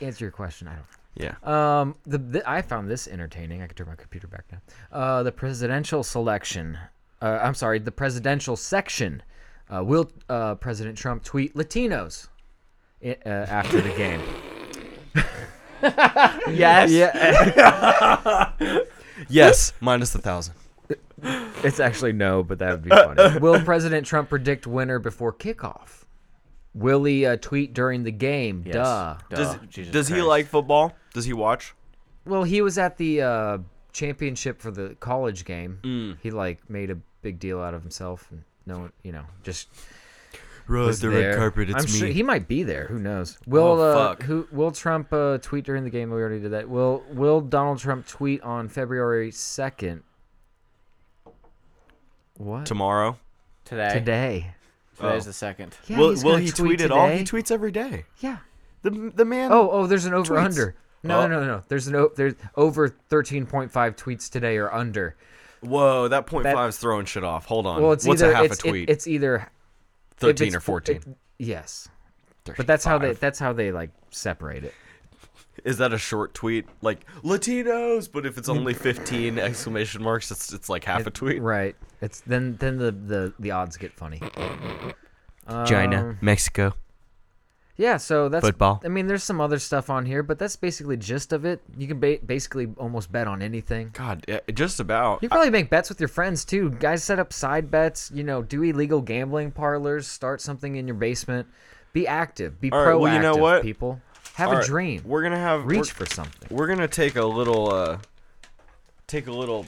[SPEAKER 1] answer your question, I don't.
[SPEAKER 4] yeah.
[SPEAKER 1] Um, the, the I found this entertaining. I can turn my computer back now. Uh, the presidential selection. Uh, I'm sorry, the presidential section. Uh, will uh, President Trump tweet Latinos i- uh, after the game?
[SPEAKER 3] Yes.
[SPEAKER 1] yeah, eh,
[SPEAKER 4] yes, minus the thousand.
[SPEAKER 1] it's actually no, but that would be funny. will President Trump predict winner before kickoff? Will he uh, tweet during the game?
[SPEAKER 3] Yes.
[SPEAKER 1] Duh.
[SPEAKER 4] Does,
[SPEAKER 3] Duh, Jesus
[SPEAKER 4] does he
[SPEAKER 3] Christ.
[SPEAKER 4] like football? Does he watch?
[SPEAKER 1] Well, he was at the uh, championship for the college game.
[SPEAKER 4] Mm.
[SPEAKER 1] He like made a big deal out of himself, and no one, you know, just
[SPEAKER 4] Rose,
[SPEAKER 1] was there. I'm sure he might be there. Who knows? Will
[SPEAKER 4] Oh,
[SPEAKER 1] uh,
[SPEAKER 4] fuck.
[SPEAKER 1] who will Trump uh, tweet during the game? We already did that. Will Will Donald Trump tweet on February second? What
[SPEAKER 4] Tomorrow.
[SPEAKER 3] Today.
[SPEAKER 1] today?
[SPEAKER 4] Oh.
[SPEAKER 3] Today's the second.
[SPEAKER 1] Yeah,
[SPEAKER 4] will
[SPEAKER 1] he's
[SPEAKER 4] will
[SPEAKER 1] gonna
[SPEAKER 4] he tweet,
[SPEAKER 1] tweet
[SPEAKER 4] at all? He
[SPEAKER 1] today.
[SPEAKER 4] tweets every day.
[SPEAKER 1] Yeah.
[SPEAKER 4] The the man.
[SPEAKER 1] Oh, oh, there's an over
[SPEAKER 4] Tweets.
[SPEAKER 1] under. No,
[SPEAKER 4] Oh.
[SPEAKER 1] no, no, no. There's an o- there's over 13.5 tweets today or under.
[SPEAKER 4] Whoa, that point five is throwing shit off. Hold on.
[SPEAKER 1] Well, it's
[SPEAKER 4] What's
[SPEAKER 1] either
[SPEAKER 4] a half
[SPEAKER 1] it's,
[SPEAKER 4] a
[SPEAKER 1] it-
[SPEAKER 4] tweet?
[SPEAKER 1] it's either if
[SPEAKER 4] Thirteen
[SPEAKER 1] it's
[SPEAKER 4] or
[SPEAKER 1] fo-
[SPEAKER 4] fourteen.
[SPEAKER 1] it- yes, but that's how they that's how they like separate it.
[SPEAKER 4] Is that a short tweet? Like Latinos, but if it's
[SPEAKER 1] Mm.
[SPEAKER 4] only fifteen exclamation marks, it's it's like half a tweet.
[SPEAKER 1] Right. It's then then the the, the odds get funny.
[SPEAKER 4] China, Mexico.
[SPEAKER 1] Yeah, so that's
[SPEAKER 4] Football.
[SPEAKER 1] I mean, there's some other stuff on here, but that's basically gist of it. You can ba- basically almost bet on anything.
[SPEAKER 4] God, yeah, just about.
[SPEAKER 1] You can probably make bets with your friends too. Guys, set up side bets. You know, do illegal gambling parlors. Start something in your basement. Be active. Be
[SPEAKER 4] All
[SPEAKER 1] proactive.
[SPEAKER 4] right, well, you know what?
[SPEAKER 1] People have
[SPEAKER 4] All
[SPEAKER 1] a
[SPEAKER 4] right,
[SPEAKER 1] dream.
[SPEAKER 4] We're gonna have
[SPEAKER 1] Reach for
[SPEAKER 4] We're,
[SPEAKER 1] something.
[SPEAKER 4] we're gonna take a little uh, take a little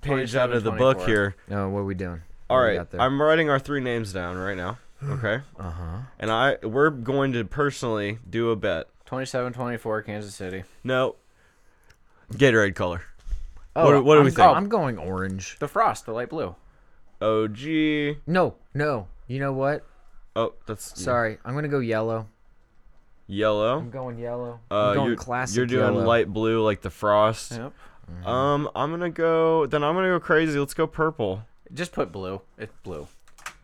[SPEAKER 4] page out of the book
[SPEAKER 3] 27,
[SPEAKER 4] here.
[SPEAKER 1] No, Oh, what are we doing?
[SPEAKER 4] All
[SPEAKER 1] What we
[SPEAKER 4] right,
[SPEAKER 1] got there? Uh-huh.
[SPEAKER 4] I'm writing our three names down right now. Okay. uh huh. And I we're going to personally do a bet.
[SPEAKER 3] 27-24 Kansas City.
[SPEAKER 4] No. Gatorade color.
[SPEAKER 1] Oh,
[SPEAKER 4] what do- what do
[SPEAKER 1] I'm-
[SPEAKER 4] we think?
[SPEAKER 1] I'm going orange.
[SPEAKER 3] The Frost, the light blue.
[SPEAKER 4] OG.
[SPEAKER 1] No, no. You know what?
[SPEAKER 4] Oh, that's
[SPEAKER 1] Sorry, I'm gonna go yellow.
[SPEAKER 4] yellow.
[SPEAKER 1] I'm going yellow.
[SPEAKER 4] Uh,
[SPEAKER 1] I'm going
[SPEAKER 4] you're,
[SPEAKER 1] classic.
[SPEAKER 4] You're doing
[SPEAKER 1] yellow.
[SPEAKER 4] light blue like the frost.
[SPEAKER 3] Yep.
[SPEAKER 4] Um, I'm gonna go. Then I'm gonna go crazy. Let's go purple.
[SPEAKER 3] Just put blue. It's blue.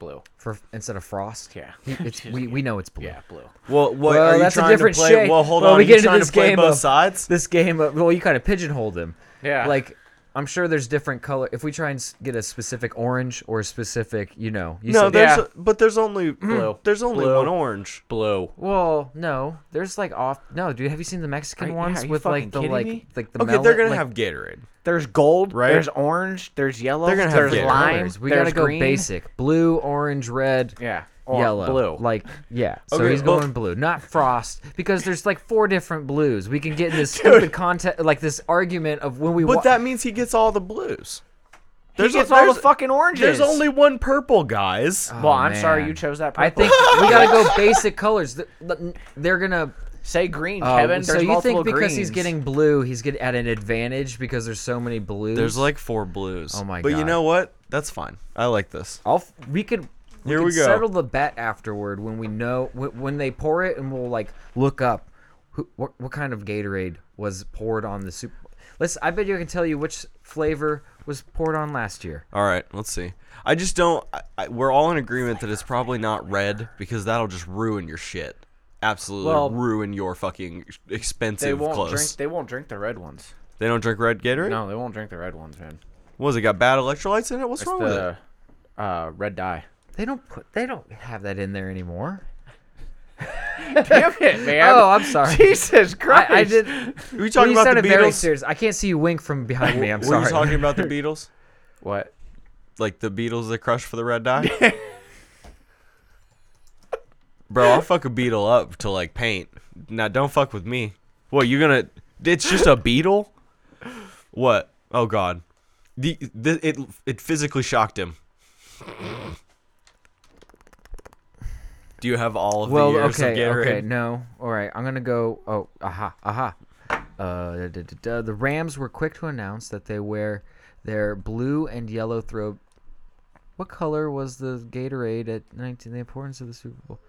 [SPEAKER 3] Blue.
[SPEAKER 1] for instead of frost.
[SPEAKER 3] Yeah.
[SPEAKER 1] He- it's, we, we know it's blue.
[SPEAKER 3] Yeah, blue.
[SPEAKER 4] Well, what
[SPEAKER 1] Well,
[SPEAKER 4] are you
[SPEAKER 1] that's a
[SPEAKER 4] trying
[SPEAKER 1] different
[SPEAKER 4] to play?
[SPEAKER 1] shade.
[SPEAKER 4] Well, hold
[SPEAKER 1] Well,
[SPEAKER 4] on.
[SPEAKER 1] we
[SPEAKER 4] Are
[SPEAKER 1] get
[SPEAKER 4] you
[SPEAKER 1] into
[SPEAKER 4] trying
[SPEAKER 1] this
[SPEAKER 4] to play
[SPEAKER 1] game
[SPEAKER 4] both
[SPEAKER 1] of-
[SPEAKER 4] sides?
[SPEAKER 1] This game, uh, well, you kind of pigeonholed him.
[SPEAKER 3] Yeah.
[SPEAKER 1] Like, I'm sure there's different color. If we try and s- get a specific orange or a specific, you know, you
[SPEAKER 4] no,
[SPEAKER 1] said- Mm.
[SPEAKER 4] there's
[SPEAKER 3] Yeah.
[SPEAKER 4] a- but there's only
[SPEAKER 3] Blue.
[SPEAKER 4] There's only
[SPEAKER 3] Blue.
[SPEAKER 4] one orange.
[SPEAKER 3] Blue.
[SPEAKER 1] Well, no, there's like off. No, dude, have you seen the Mexican
[SPEAKER 3] Are- yeah,
[SPEAKER 1] ones
[SPEAKER 3] are you
[SPEAKER 1] with
[SPEAKER 3] fucking
[SPEAKER 1] like the
[SPEAKER 3] kidding
[SPEAKER 1] like
[SPEAKER 3] me?
[SPEAKER 1] like the
[SPEAKER 4] Okay,
[SPEAKER 1] melon,
[SPEAKER 4] they're gonna
[SPEAKER 1] like,
[SPEAKER 4] have Gatorade.
[SPEAKER 3] There's gold,
[SPEAKER 4] Right?
[SPEAKER 3] There's orange, there's yellow,
[SPEAKER 4] They're gonna have
[SPEAKER 3] there's
[SPEAKER 4] yellow.
[SPEAKER 3] lime,
[SPEAKER 1] colors. We
[SPEAKER 3] there's
[SPEAKER 1] gotta go
[SPEAKER 3] green.
[SPEAKER 1] basic: blue, orange, red.
[SPEAKER 3] Yeah. or
[SPEAKER 1] yellow,
[SPEAKER 3] blue.
[SPEAKER 1] Like yeah, so
[SPEAKER 4] Okay,
[SPEAKER 1] he's
[SPEAKER 4] well-
[SPEAKER 1] going blue, not frost, because there's like four different blues. We can get in this stupid content, like this argument of when we.
[SPEAKER 4] But
[SPEAKER 1] wa-
[SPEAKER 4] that means he gets all the blues.
[SPEAKER 3] there's
[SPEAKER 4] a-
[SPEAKER 3] he gets all the
[SPEAKER 4] there's-
[SPEAKER 3] fucking Ah, oranges.
[SPEAKER 4] There's only one purple, guys.
[SPEAKER 1] Oh,
[SPEAKER 3] Well, I'm sorry
[SPEAKER 1] man.
[SPEAKER 3] you chose that. Purple.
[SPEAKER 1] I think we gotta go basic colors. Th- th- They're gonna.
[SPEAKER 3] say green,
[SPEAKER 1] oh,
[SPEAKER 3] Kevin.
[SPEAKER 1] so
[SPEAKER 3] there's
[SPEAKER 1] you
[SPEAKER 3] multiple
[SPEAKER 1] think because he's
[SPEAKER 3] greens.
[SPEAKER 1] getting blue, he's get at an advantage because there's so many blues.
[SPEAKER 4] There's like four blues.
[SPEAKER 1] Oh my
[SPEAKER 4] But you
[SPEAKER 1] God.
[SPEAKER 4] know what? That's fine. I like this.
[SPEAKER 1] I'll f- we could we
[SPEAKER 4] Here we
[SPEAKER 1] could
[SPEAKER 4] go.
[SPEAKER 1] settle the bet afterward when we know when, when they pour it and we'll like look up who, what what kind of Gatorade was poured on the soup. Let's I bet you I can tell you which flavor was poured on last year.
[SPEAKER 4] All right, let's see. I just don't. I, I, we're all in agreement that it's probably not red because that'll just ruin your shit. Absolutely
[SPEAKER 3] Well,
[SPEAKER 4] ruin your fucking
[SPEAKER 3] They
[SPEAKER 4] expensive
[SPEAKER 3] won't
[SPEAKER 4] clothes.
[SPEAKER 3] drink. They won't drink the red ones.
[SPEAKER 4] They don't drink red Gatorade.
[SPEAKER 3] No, they won't drink the red ones, man.
[SPEAKER 4] What was it got bad electrolytes in it? What's
[SPEAKER 3] It's
[SPEAKER 4] wrong with it?
[SPEAKER 3] the uh, red dye.
[SPEAKER 1] They don't put they don't have that in there anymore.
[SPEAKER 3] Damn it, man.
[SPEAKER 1] Oh, I'm sorry.
[SPEAKER 3] Jesus Christ.
[SPEAKER 1] I, I did.
[SPEAKER 4] Are you
[SPEAKER 1] Well,
[SPEAKER 4] talking
[SPEAKER 1] you
[SPEAKER 4] about
[SPEAKER 1] sounded
[SPEAKER 4] the
[SPEAKER 1] very
[SPEAKER 4] Beatles?
[SPEAKER 1] serious. I can't see you wink from behind me. I'm
[SPEAKER 4] Were
[SPEAKER 1] sorry.
[SPEAKER 4] you talking about the Beatles?
[SPEAKER 3] What?
[SPEAKER 4] Like the Beatles, the crush for the red dye. Bro, I'll fuck a beetle up to like paint. Now don't fuck with me. What you gonna? It's just a beetle. What? Oh God. The, the it it physically shocked him. Do you have all of
[SPEAKER 1] well,
[SPEAKER 4] the years
[SPEAKER 1] okay,
[SPEAKER 4] of Gatorade?
[SPEAKER 1] okay, no. All right, I'm gonna go. Oh, aha, aha. Uh, da, da, da, da. The Rams were quick to announce that they wear their blue and yellow throw. What color was the Gatorade at 19? The importance of the Super Bowl.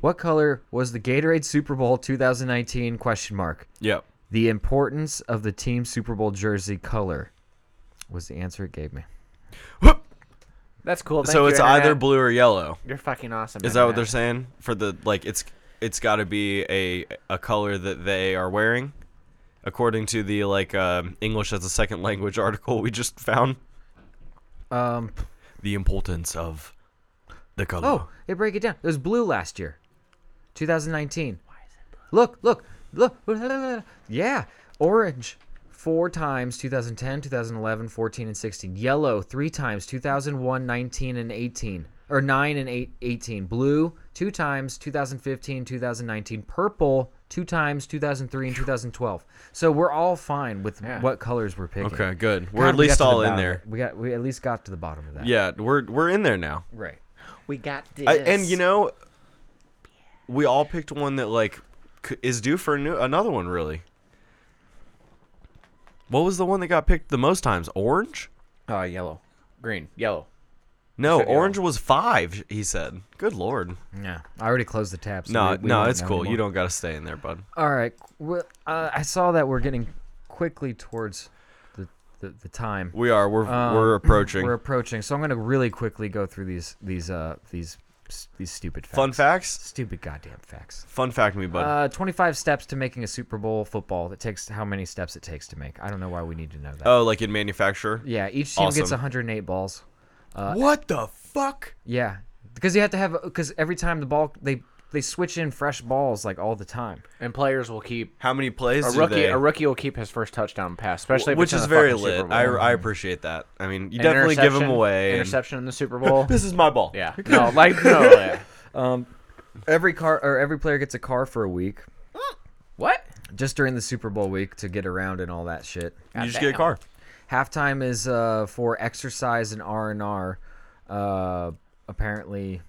[SPEAKER 1] What color was the Gatorade Super Bowl 2019? Question mark.
[SPEAKER 4] Yep.
[SPEAKER 1] The importance of the team Super Bowl jersey color was the answer it gave me.
[SPEAKER 3] That's cool. Thank
[SPEAKER 4] so
[SPEAKER 3] you,
[SPEAKER 4] it's
[SPEAKER 3] Internet.
[SPEAKER 4] either blue or yellow.
[SPEAKER 3] You're fucking awesome.
[SPEAKER 4] Is that what they're
[SPEAKER 3] Internet.
[SPEAKER 4] saying for the like? It's it's got to be a a color that they are wearing, according to the like um English as a second language article we just found.
[SPEAKER 1] Um.
[SPEAKER 4] The importance of the color.
[SPEAKER 1] Oh, they break it down. It was blue last year, 2019. Why is it blue? Look, look, look. Yeah, orange four times 2010, 2011, 14, and 16. Yellow three times 2001, 19, and 18, or 9 and 8, 18. Blue two times 2015, 2019. Purple two times 2003 and 2012. So we're all fine with
[SPEAKER 3] Yeah.
[SPEAKER 1] what colors we're picking.
[SPEAKER 4] Okay, good.
[SPEAKER 1] God,
[SPEAKER 4] We're at
[SPEAKER 1] we got
[SPEAKER 4] least
[SPEAKER 1] to the
[SPEAKER 4] all in
[SPEAKER 1] bottom
[SPEAKER 4] there.
[SPEAKER 1] of it. We got we at least got to the bottom of that.
[SPEAKER 4] Yeah, we're we're in there now.
[SPEAKER 1] Right.
[SPEAKER 3] We got this.
[SPEAKER 4] I, and you know, we all picked one that like c- is due for a new, another one. Really. What was the one that got picked the most times? Orange.
[SPEAKER 3] Uh, yellow, green, yellow.
[SPEAKER 4] No,
[SPEAKER 3] said yellow.
[SPEAKER 4] orange was five. He said. Good lord.
[SPEAKER 1] Yeah. I already closed the tab. So
[SPEAKER 4] no,
[SPEAKER 1] we- we
[SPEAKER 4] no,
[SPEAKER 1] won't
[SPEAKER 4] it's
[SPEAKER 1] know
[SPEAKER 4] cool.
[SPEAKER 1] anymore.
[SPEAKER 4] You don't got to stay in there, bud.
[SPEAKER 1] All right. Well, uh, I saw that we're getting quickly towards the, the, the time.
[SPEAKER 4] We are. We're
[SPEAKER 1] Um,
[SPEAKER 4] we're approaching.
[SPEAKER 1] We're approaching, so I'm gonna really quickly go through these these uh these these stupid facts.
[SPEAKER 4] Fun facts.
[SPEAKER 1] Stupid goddamn facts.
[SPEAKER 4] Fun fact, me, bud.
[SPEAKER 1] Uh, 25 steps to making a Super Bowl football. That takes how many steps it takes to make? I don't know why we need to know that.
[SPEAKER 4] oh, like in manufacturer.
[SPEAKER 1] yeah, each team gets
[SPEAKER 4] awesome.
[SPEAKER 1] 108 balls.
[SPEAKER 4] what the fuck?
[SPEAKER 1] Yeah, because you have to have because every time the ball they they switch in fresh balls like all the time.
[SPEAKER 3] And players will keep
[SPEAKER 4] How many plays
[SPEAKER 3] a
[SPEAKER 4] do
[SPEAKER 3] rookie.
[SPEAKER 4] they?
[SPEAKER 3] A rookie will keep his first touchdown pass, especially if
[SPEAKER 4] which
[SPEAKER 3] it's
[SPEAKER 4] is
[SPEAKER 3] in the
[SPEAKER 4] very
[SPEAKER 3] fucking
[SPEAKER 4] lit.
[SPEAKER 3] Super
[SPEAKER 4] I,
[SPEAKER 3] Bowl.
[SPEAKER 4] I appreciate that. I mean, you
[SPEAKER 3] An
[SPEAKER 4] definitely give them
[SPEAKER 3] interception-
[SPEAKER 4] away. and-
[SPEAKER 3] Interception in the Super Bowl.
[SPEAKER 4] This is my ball.
[SPEAKER 3] yeah. No, like no. Yeah.
[SPEAKER 1] Every car or every player gets a car for a week.
[SPEAKER 3] What?
[SPEAKER 1] just during the Super Bowl week to get around and all that shit.
[SPEAKER 4] You just get a car.
[SPEAKER 1] Halftime is uh, for exercise and R and R. Uh, apparently,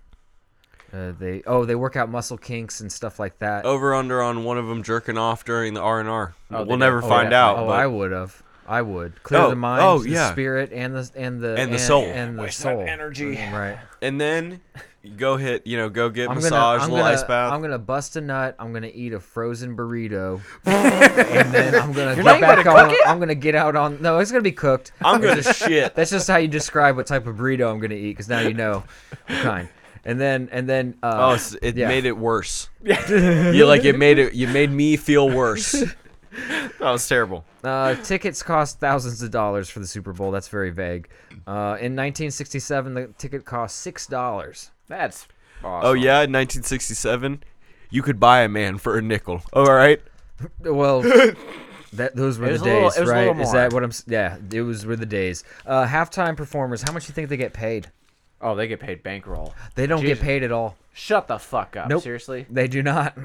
[SPEAKER 1] uh, they oh they work out muscle kinks and stuff like that.
[SPEAKER 4] Over under on one of them jerking off during the R and R.
[SPEAKER 3] they
[SPEAKER 4] We'll never
[SPEAKER 3] def- oh,
[SPEAKER 4] find
[SPEAKER 3] yeah.
[SPEAKER 4] out.
[SPEAKER 1] oh
[SPEAKER 4] but
[SPEAKER 1] I would have. I would clear
[SPEAKER 4] Oh,
[SPEAKER 1] the mind,
[SPEAKER 4] oh,
[SPEAKER 1] the
[SPEAKER 4] yeah.
[SPEAKER 1] spirit, and the and the
[SPEAKER 4] And the soul.
[SPEAKER 1] and the soul energy. Right.
[SPEAKER 4] and then you go hit. You know, go get
[SPEAKER 1] I'm gonna,
[SPEAKER 4] massage,
[SPEAKER 1] I'm,
[SPEAKER 4] little
[SPEAKER 1] gonna,
[SPEAKER 4] ice bath.
[SPEAKER 1] I'm gonna bust a nut. I'm gonna eat a frozen burrito, and then I'm gonna
[SPEAKER 3] not
[SPEAKER 1] get back
[SPEAKER 3] gonna
[SPEAKER 1] on.
[SPEAKER 3] cook it?
[SPEAKER 1] I'm gonna get out on. No, it's gonna be cooked.
[SPEAKER 4] I'm gonna shit.
[SPEAKER 1] That's just how you describe what type of burrito I'm gonna eat, because now you know what kind. And then and then
[SPEAKER 4] Oh,
[SPEAKER 1] uh,
[SPEAKER 4] it's- it
[SPEAKER 1] yeah.
[SPEAKER 4] made it worse. you like it made it. You made me feel worse. that was terrible.
[SPEAKER 3] Oh.
[SPEAKER 1] uh, tickets cost thousands of dollars for the Super Bowl. That's very vague. Uh, in 1967, the ticket cost six dollars.
[SPEAKER 3] That's. Awesome.
[SPEAKER 4] Oh yeah, in 1967, you could buy a man for a nickel. All right.
[SPEAKER 1] Well, that those were
[SPEAKER 3] It
[SPEAKER 1] the days,
[SPEAKER 3] was a little- it was a
[SPEAKER 1] right?
[SPEAKER 3] little
[SPEAKER 1] Is
[SPEAKER 3] more.
[SPEAKER 1] that what I'm? s- Yeah, it was were the days. Uh, halftime performers. How much do you think they get paid?
[SPEAKER 3] Oh, they get paid bankroll.
[SPEAKER 1] They don't
[SPEAKER 3] Jesus.
[SPEAKER 1] get paid at all.
[SPEAKER 3] Shut the fuck up.
[SPEAKER 1] Nope.
[SPEAKER 3] Seriously.
[SPEAKER 1] They do not.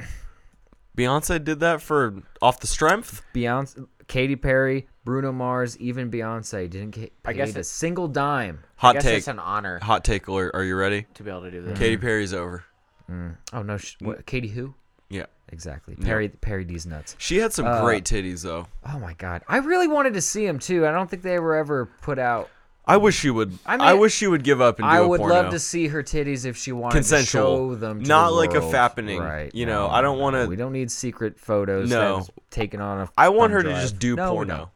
[SPEAKER 4] Beyonce did that for off the strength.
[SPEAKER 1] Beyonce, Katy Perry, Bruno Mars, even Beyonce didn't get paid
[SPEAKER 3] guess
[SPEAKER 1] a
[SPEAKER 3] it-
[SPEAKER 1] single dime.
[SPEAKER 3] I
[SPEAKER 4] Hot
[SPEAKER 3] guess
[SPEAKER 4] take.
[SPEAKER 3] it's an honor
[SPEAKER 4] Hot take alert. Are you ready?
[SPEAKER 3] to be able to do this.
[SPEAKER 4] Katy Perry's over.
[SPEAKER 1] Oh no, sh- what, Katy who?
[SPEAKER 4] Yeah.
[SPEAKER 1] Exactly. Perry Perry D's nuts.
[SPEAKER 4] She had some
[SPEAKER 1] Uh,
[SPEAKER 4] great titties though.
[SPEAKER 1] Oh my god. I really wanted to see him too. I don't think they were ever put out.
[SPEAKER 4] I wish she would. I,
[SPEAKER 1] I mean-
[SPEAKER 4] wish she would give up and do
[SPEAKER 1] I
[SPEAKER 4] a
[SPEAKER 1] would
[SPEAKER 4] porno.
[SPEAKER 1] love to see her titties if she wanted
[SPEAKER 4] Consensual,
[SPEAKER 1] to show them to
[SPEAKER 4] not
[SPEAKER 1] the
[SPEAKER 4] like a
[SPEAKER 1] world.
[SPEAKER 4] fappening,
[SPEAKER 1] Right.
[SPEAKER 4] you know, I don't
[SPEAKER 1] no,
[SPEAKER 4] wanna-
[SPEAKER 1] We don't need secret photos
[SPEAKER 4] No.
[SPEAKER 1] that's taken on a
[SPEAKER 4] I want
[SPEAKER 1] thumb
[SPEAKER 4] her to
[SPEAKER 1] drive.
[SPEAKER 4] just do
[SPEAKER 1] No, we
[SPEAKER 4] porno.
[SPEAKER 1] don't.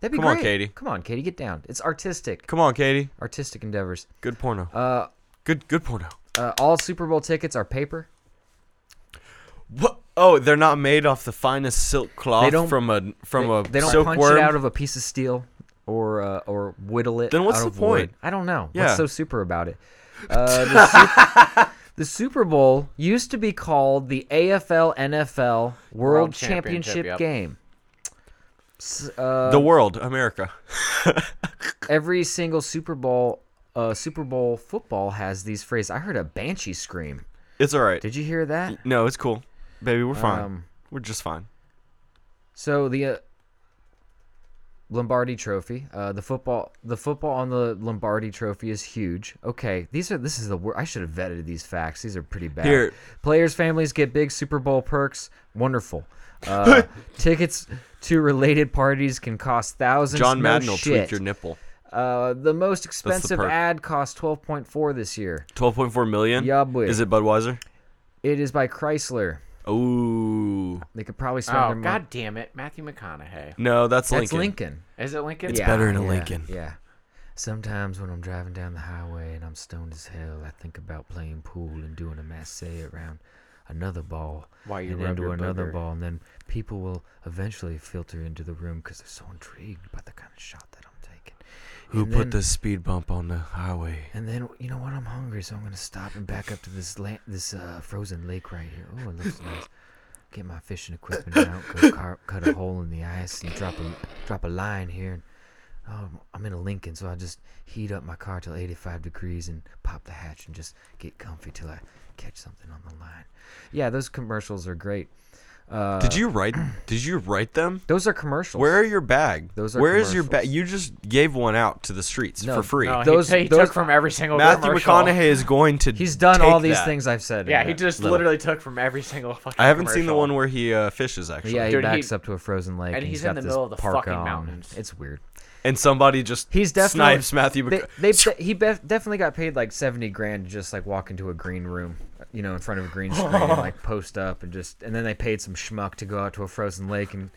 [SPEAKER 1] That'd be
[SPEAKER 4] Come on,
[SPEAKER 1] great.
[SPEAKER 4] Katy.
[SPEAKER 1] Come on, Katie, get down. It's artistic.
[SPEAKER 4] Come on, Katie.
[SPEAKER 1] Artistic endeavors.
[SPEAKER 4] Good porno. Uh, good good porno.
[SPEAKER 1] Uh, all Super Bowl tickets are paper.
[SPEAKER 4] What? Oh, they're not made off the finest silk cloth
[SPEAKER 1] don't-
[SPEAKER 4] from a from
[SPEAKER 1] they,
[SPEAKER 4] a
[SPEAKER 1] they don't punch
[SPEAKER 4] silkworm.
[SPEAKER 1] it out of a piece of steel or uh, or whittle it.
[SPEAKER 4] Then what's
[SPEAKER 1] out
[SPEAKER 4] the
[SPEAKER 1] of wood.
[SPEAKER 4] point?
[SPEAKER 1] I don't know.
[SPEAKER 4] Yeah.
[SPEAKER 1] What's so super about it? Uh, the, Sup- the Super Bowl used to be called the AFL NFL World,
[SPEAKER 3] World
[SPEAKER 1] Championship,
[SPEAKER 3] Championship, yep.
[SPEAKER 1] Game. S- uh,
[SPEAKER 4] the world, America.
[SPEAKER 1] every single Super Bowl, uh, Super Bowl football has these phrases. I heard a banshee scream.
[SPEAKER 4] It's all right.
[SPEAKER 1] Did you hear that?
[SPEAKER 4] No, it's cool, baby. We're fine.
[SPEAKER 1] Um,
[SPEAKER 4] we're just fine.
[SPEAKER 1] So the uh, Lombardi Trophy, uh, the football, the football on the Lombardi Trophy is huge. Okay, these are this is the wor I should have vetted these facts. These are pretty bad.
[SPEAKER 4] Here.
[SPEAKER 1] Players' families get big Super Bowl perks. Wonderful. Uh, tickets to related parties can cost thousands.
[SPEAKER 4] John
[SPEAKER 1] no
[SPEAKER 4] Madden will tweak
[SPEAKER 1] shit.
[SPEAKER 4] your nipple.
[SPEAKER 1] Uh, the most expensive
[SPEAKER 4] perk.
[SPEAKER 1] ad cost twelve point four this year.
[SPEAKER 4] Twelve point four million.
[SPEAKER 1] Yeah, boy.
[SPEAKER 4] Is it Budweiser?
[SPEAKER 1] It is by Chrysler.
[SPEAKER 4] Ooh.
[SPEAKER 1] They could probably spend
[SPEAKER 3] Oh
[SPEAKER 1] their mon-
[SPEAKER 3] god damn it, Matthew McConaughey.
[SPEAKER 4] No, that's Lincoln.
[SPEAKER 1] That's Lincoln.
[SPEAKER 3] Is it Lincoln? Oh,
[SPEAKER 1] It's
[SPEAKER 4] better than a Lincoln.
[SPEAKER 1] Yeah. Sometimes when I'm driving down the highway and I'm stoned as hell, I think about playing pool and doing a masse around another ball
[SPEAKER 3] While you
[SPEAKER 1] and
[SPEAKER 3] rub
[SPEAKER 1] into
[SPEAKER 3] your
[SPEAKER 1] another
[SPEAKER 3] booger.
[SPEAKER 1] ball, and then people will eventually filter into the room because they're so intrigued by the kind of shot that I'm taking.
[SPEAKER 4] Who
[SPEAKER 1] And
[SPEAKER 4] put
[SPEAKER 1] then-
[SPEAKER 4] this speed bump on the highway?
[SPEAKER 1] And then you know what? I'm hungry, so I'm gonna stop and back up to this la- this uh, frozen lake right here. Oh, it looks nice. Get my fishing equipment out, go car- cut a hole in the ice, and drop a drop a line here. And, oh, I'm in a Lincoln, so I just heat up my car till 85 degrees and pop the hatch and just get comfy till I catch something on the line. Yeah, those commercials are great. Uh,
[SPEAKER 4] did you write? Did you write them?
[SPEAKER 1] Those are commercials.
[SPEAKER 4] Where are your bag?
[SPEAKER 1] Those are
[SPEAKER 4] Where is your bag?
[SPEAKER 1] commercials.
[SPEAKER 4] You just gave one out to the streets
[SPEAKER 1] No,
[SPEAKER 4] for free.
[SPEAKER 3] No,
[SPEAKER 1] Those-
[SPEAKER 3] those he, he
[SPEAKER 1] those-
[SPEAKER 3] took from every single
[SPEAKER 4] Matthew
[SPEAKER 3] commercial.
[SPEAKER 4] McConaughey is going to.
[SPEAKER 1] He's done
[SPEAKER 4] take
[SPEAKER 1] all these
[SPEAKER 4] that.
[SPEAKER 1] things I've said. in
[SPEAKER 3] Yeah, he
[SPEAKER 1] that.
[SPEAKER 3] just literally took from every single fucking
[SPEAKER 4] I haven't seen the
[SPEAKER 3] commercial.
[SPEAKER 4] one where he uh, fishes actually,
[SPEAKER 1] Yeah, he
[SPEAKER 3] Dude, he-
[SPEAKER 1] backs up to a frozen lake,
[SPEAKER 3] and
[SPEAKER 1] and
[SPEAKER 3] he's
[SPEAKER 1] got
[SPEAKER 3] in the
[SPEAKER 1] this
[SPEAKER 3] middle of the
[SPEAKER 1] parka
[SPEAKER 3] fucking
[SPEAKER 1] on.
[SPEAKER 3] mountains.
[SPEAKER 1] It's weird.
[SPEAKER 4] and somebody just
[SPEAKER 1] He's definitely
[SPEAKER 4] snipes Matthew.
[SPEAKER 1] They,
[SPEAKER 4] McC-
[SPEAKER 1] they, he bef- definitely got paid like seventy grand to just like walk into a green room, you know, in front of a green screen, and, like post up and just, and then they paid some schmuck to go out to a frozen lake and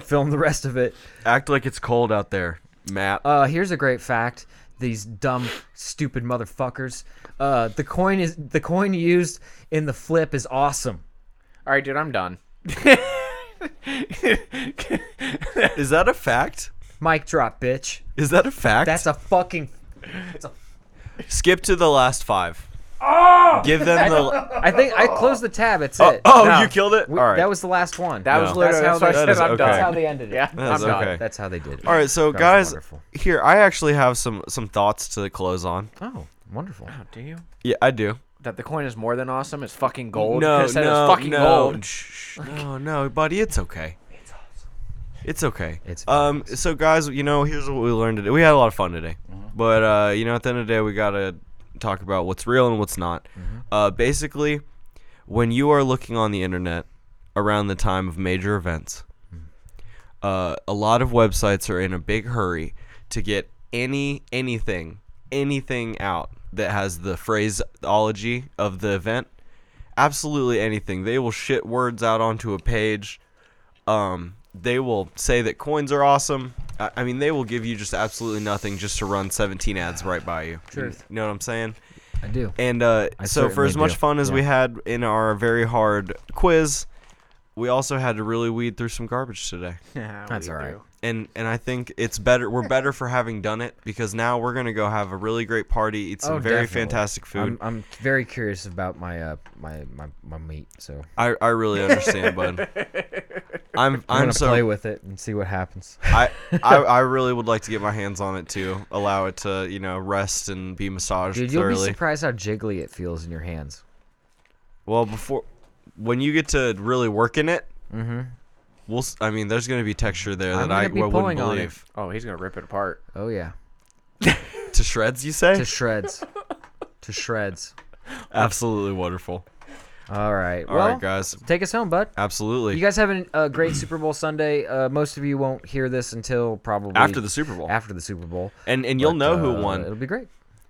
[SPEAKER 1] film the rest of it.
[SPEAKER 4] Act like it's cold out there, Matt.
[SPEAKER 1] Uh, here's a great fact: these dumb, stupid motherfuckers. Uh, the coin is the coin used in the flip is awesome.
[SPEAKER 3] All right, dude, I'm done.
[SPEAKER 4] is that a fact?
[SPEAKER 1] Mic drop, bitch.
[SPEAKER 4] Is that a fact?
[SPEAKER 1] That's a fucking.
[SPEAKER 4] Skip to the last five. Give them the.
[SPEAKER 1] I think I closed the tab. It's it.
[SPEAKER 4] Oh,
[SPEAKER 3] No.
[SPEAKER 4] you killed it.
[SPEAKER 1] We-
[SPEAKER 4] all right.
[SPEAKER 1] That was the last one.
[SPEAKER 3] That was
[SPEAKER 4] No.
[SPEAKER 3] literally
[SPEAKER 1] That's
[SPEAKER 3] that's,
[SPEAKER 1] how
[SPEAKER 3] what
[SPEAKER 1] they-
[SPEAKER 3] I
[SPEAKER 4] That is
[SPEAKER 3] said. I'm
[SPEAKER 4] okay.
[SPEAKER 1] That's how
[SPEAKER 3] done.
[SPEAKER 1] they ended it.
[SPEAKER 3] Yeah, I'm
[SPEAKER 4] That's
[SPEAKER 3] done.
[SPEAKER 4] okay.
[SPEAKER 1] That's how they did it.
[SPEAKER 4] all right. So
[SPEAKER 1] That was
[SPEAKER 4] guys,
[SPEAKER 1] wonderful.
[SPEAKER 4] here I actually have some some thoughts to close on.
[SPEAKER 1] Oh, wonderful.
[SPEAKER 3] Do you?
[SPEAKER 4] Yeah, I do.
[SPEAKER 3] That the coin is more than awesome. It's fucking gold. You
[SPEAKER 4] No,
[SPEAKER 3] could've said it was
[SPEAKER 4] no,
[SPEAKER 3] fucking
[SPEAKER 4] no,
[SPEAKER 3] gold.
[SPEAKER 4] shh, shh. no, no, buddy, it's okay. It's okay.
[SPEAKER 1] It's very
[SPEAKER 4] um. So, guys, you know, here's what we learned today. We had a lot of fun today, but uh, you know, at the end of the day, we gotta talk about what's real and what's not. Uh, basically, when you are looking on the internet around the time of major events, uh, a lot of websites are in a big hurry to get any anything anything out that has the phraseology of the event absolutely anything they will shit words out onto a page um, they will say that coins are awesome I, I mean they will give you just absolutely nothing just to run 17 ads right by you
[SPEAKER 1] Truth.
[SPEAKER 4] you know what i'm saying
[SPEAKER 1] I do.
[SPEAKER 4] and uh,
[SPEAKER 1] I
[SPEAKER 4] so, for as
[SPEAKER 1] certainly
[SPEAKER 4] much
[SPEAKER 1] do.
[SPEAKER 4] fun as we
[SPEAKER 1] Yeah.
[SPEAKER 4] had in our very hard quiz, we also had to really weed through some garbage today.
[SPEAKER 3] Yeah,
[SPEAKER 1] That's
[SPEAKER 3] we
[SPEAKER 1] all right.
[SPEAKER 3] do.
[SPEAKER 4] And and I think it's better. We're better for having done it because now we're gonna go have a really great party, eat some
[SPEAKER 1] Oh,
[SPEAKER 4] very
[SPEAKER 1] definitely.
[SPEAKER 4] fantastic
[SPEAKER 1] I'm,
[SPEAKER 4] food.
[SPEAKER 1] I'm very curious about my uh my my, my meat. So
[SPEAKER 4] I, I really understand, bud. I'm
[SPEAKER 1] I'm,
[SPEAKER 4] I'm
[SPEAKER 1] gonna
[SPEAKER 4] so
[SPEAKER 1] play with it and see what happens.
[SPEAKER 4] I, I I really would like to get my hands on it too. Allow it to you know rest and be massaged
[SPEAKER 1] Dude, you'll be
[SPEAKER 4] thoroughly.
[SPEAKER 1] surprised how jiggly it feels in your hands.
[SPEAKER 4] Well, before when you get to really work in it, mm-hmm. we'll. s- I mean, there's gonna be texture there
[SPEAKER 1] I'm
[SPEAKER 4] that I,
[SPEAKER 1] gonna be
[SPEAKER 4] I wouldn't
[SPEAKER 1] pulling on it.
[SPEAKER 4] believe.
[SPEAKER 3] Oh, he's gonna rip it apart.
[SPEAKER 1] Oh yeah,
[SPEAKER 4] To shreds, you say?
[SPEAKER 1] to shreds, to shreds.
[SPEAKER 4] Absolutely wonderful.
[SPEAKER 1] All right,
[SPEAKER 4] All right,
[SPEAKER 1] well,
[SPEAKER 4] guys.
[SPEAKER 1] take us home, bud.
[SPEAKER 4] Absolutely.
[SPEAKER 1] You guys have an- a great Super Bowl Sunday. Uh, most of you won't hear this until probably
[SPEAKER 4] after the Super Bowl,
[SPEAKER 1] after the Super Bowl.
[SPEAKER 4] and and you'll know
[SPEAKER 1] Uh,
[SPEAKER 4] who
[SPEAKER 1] It'll
[SPEAKER 4] won.
[SPEAKER 1] be great.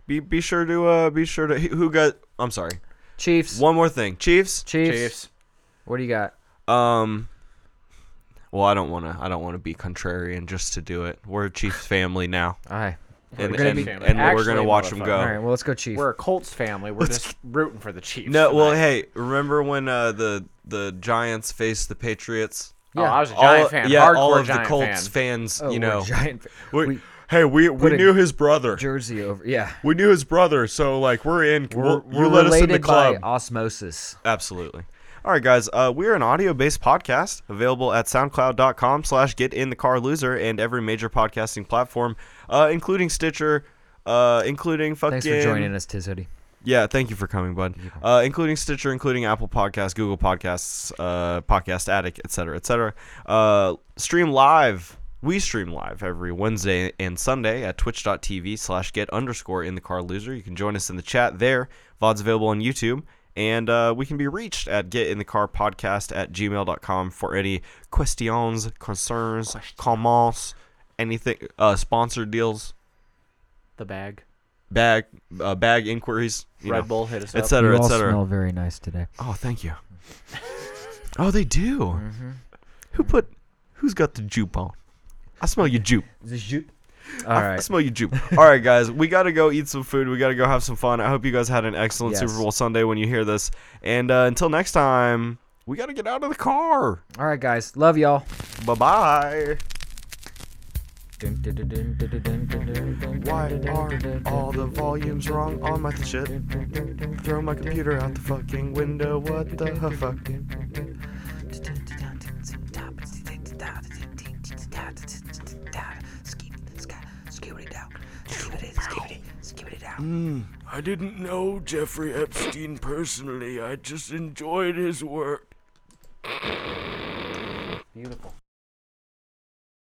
[SPEAKER 4] Be be sure to uh be sure to who got. I'm sorry.
[SPEAKER 1] Chiefs.
[SPEAKER 4] One more thing, Chiefs.
[SPEAKER 1] Chiefs.
[SPEAKER 3] Chiefs.
[SPEAKER 1] What do you got?
[SPEAKER 4] Um. Well, I don't want to. I don't want to be contrarian just to do it. We're a Chiefs family now,
[SPEAKER 1] All right.
[SPEAKER 4] and,
[SPEAKER 3] gonna
[SPEAKER 4] and,
[SPEAKER 3] be-
[SPEAKER 4] and we're
[SPEAKER 3] Actually,
[SPEAKER 4] gonna watch them
[SPEAKER 3] motherfucker.
[SPEAKER 4] go.
[SPEAKER 1] All right. Well, let's go Chiefs.
[SPEAKER 3] We're a Colts family. We're just rooting for the Chiefs.
[SPEAKER 4] No, well,
[SPEAKER 3] tonight.
[SPEAKER 4] hey, remember when uh, the the Giants faced the Patriots?
[SPEAKER 3] Oh, I was a
[SPEAKER 4] All-
[SPEAKER 3] Giant fan.
[SPEAKER 4] yeah,
[SPEAKER 3] hardcore
[SPEAKER 4] all of the
[SPEAKER 3] Giant
[SPEAKER 4] Colts
[SPEAKER 3] fan.
[SPEAKER 4] fans,
[SPEAKER 1] Oh,
[SPEAKER 4] you
[SPEAKER 1] we're a
[SPEAKER 4] know.
[SPEAKER 1] giant fa-
[SPEAKER 4] we-
[SPEAKER 1] we-
[SPEAKER 4] hey, we we
[SPEAKER 1] a-
[SPEAKER 4] knew his brother.
[SPEAKER 1] jersey over. Yeah.
[SPEAKER 4] We knew his brother, so like we're in.
[SPEAKER 1] We're,
[SPEAKER 4] We're,
[SPEAKER 1] we're
[SPEAKER 4] you let us in the
[SPEAKER 1] related by
[SPEAKER 4] club.
[SPEAKER 1] osmosis.
[SPEAKER 4] Absolutely. All right, guys. Uh, we're an audio-based podcast available at soundcloud.com slash get in the car loser and every major podcasting platform, uh, including Stitcher, uh, including fucking.
[SPEAKER 1] Thanks for joining us, Tiz Hoodie.
[SPEAKER 4] Yeah, thank you for coming, bud. Uh, including Stitcher, including Apple Podcasts, Google Podcasts, uh, Podcast Addict, etc., etc. Uh, stream live. We stream live every Wednesday and Sunday at twitch.tv slash get underscore in the car loser. You can join us in the chat there. VOD's available on YouTube. And uh, we can be reached at get in the car podcast at gmail.com for any questions, concerns, comments, anything, uh, sponsor deals,
[SPEAKER 3] The bag.
[SPEAKER 4] bag uh, bag inquiries, you
[SPEAKER 3] Red
[SPEAKER 4] know,
[SPEAKER 3] Bull hit us up.
[SPEAKER 4] et cetera, et cetera.
[SPEAKER 1] very nice today.
[SPEAKER 4] Oh, thank you. Oh, they do.
[SPEAKER 1] Mm-hmm.
[SPEAKER 4] Who put? Who's got the jupe on? I smell your jupe.
[SPEAKER 1] All
[SPEAKER 4] I
[SPEAKER 1] right.
[SPEAKER 4] smell your jupe. All right, guys, we gotta go eat some food. We gotta go have some fun. I hope you guys had an excellent
[SPEAKER 1] Yes.
[SPEAKER 4] Super Bowl Sunday when you hear this. And uh, until next time, we gotta get out of the car.
[SPEAKER 1] All right, guys. Love y'all.
[SPEAKER 4] Bye bye.
[SPEAKER 1] Why
[SPEAKER 4] the volumes wrong on my shit? Throw my computer out the fucking window. What the fuck?
[SPEAKER 7] I didn't know Jeffrey Epstein personally. I just enjoyed his work.
[SPEAKER 3] Beautiful.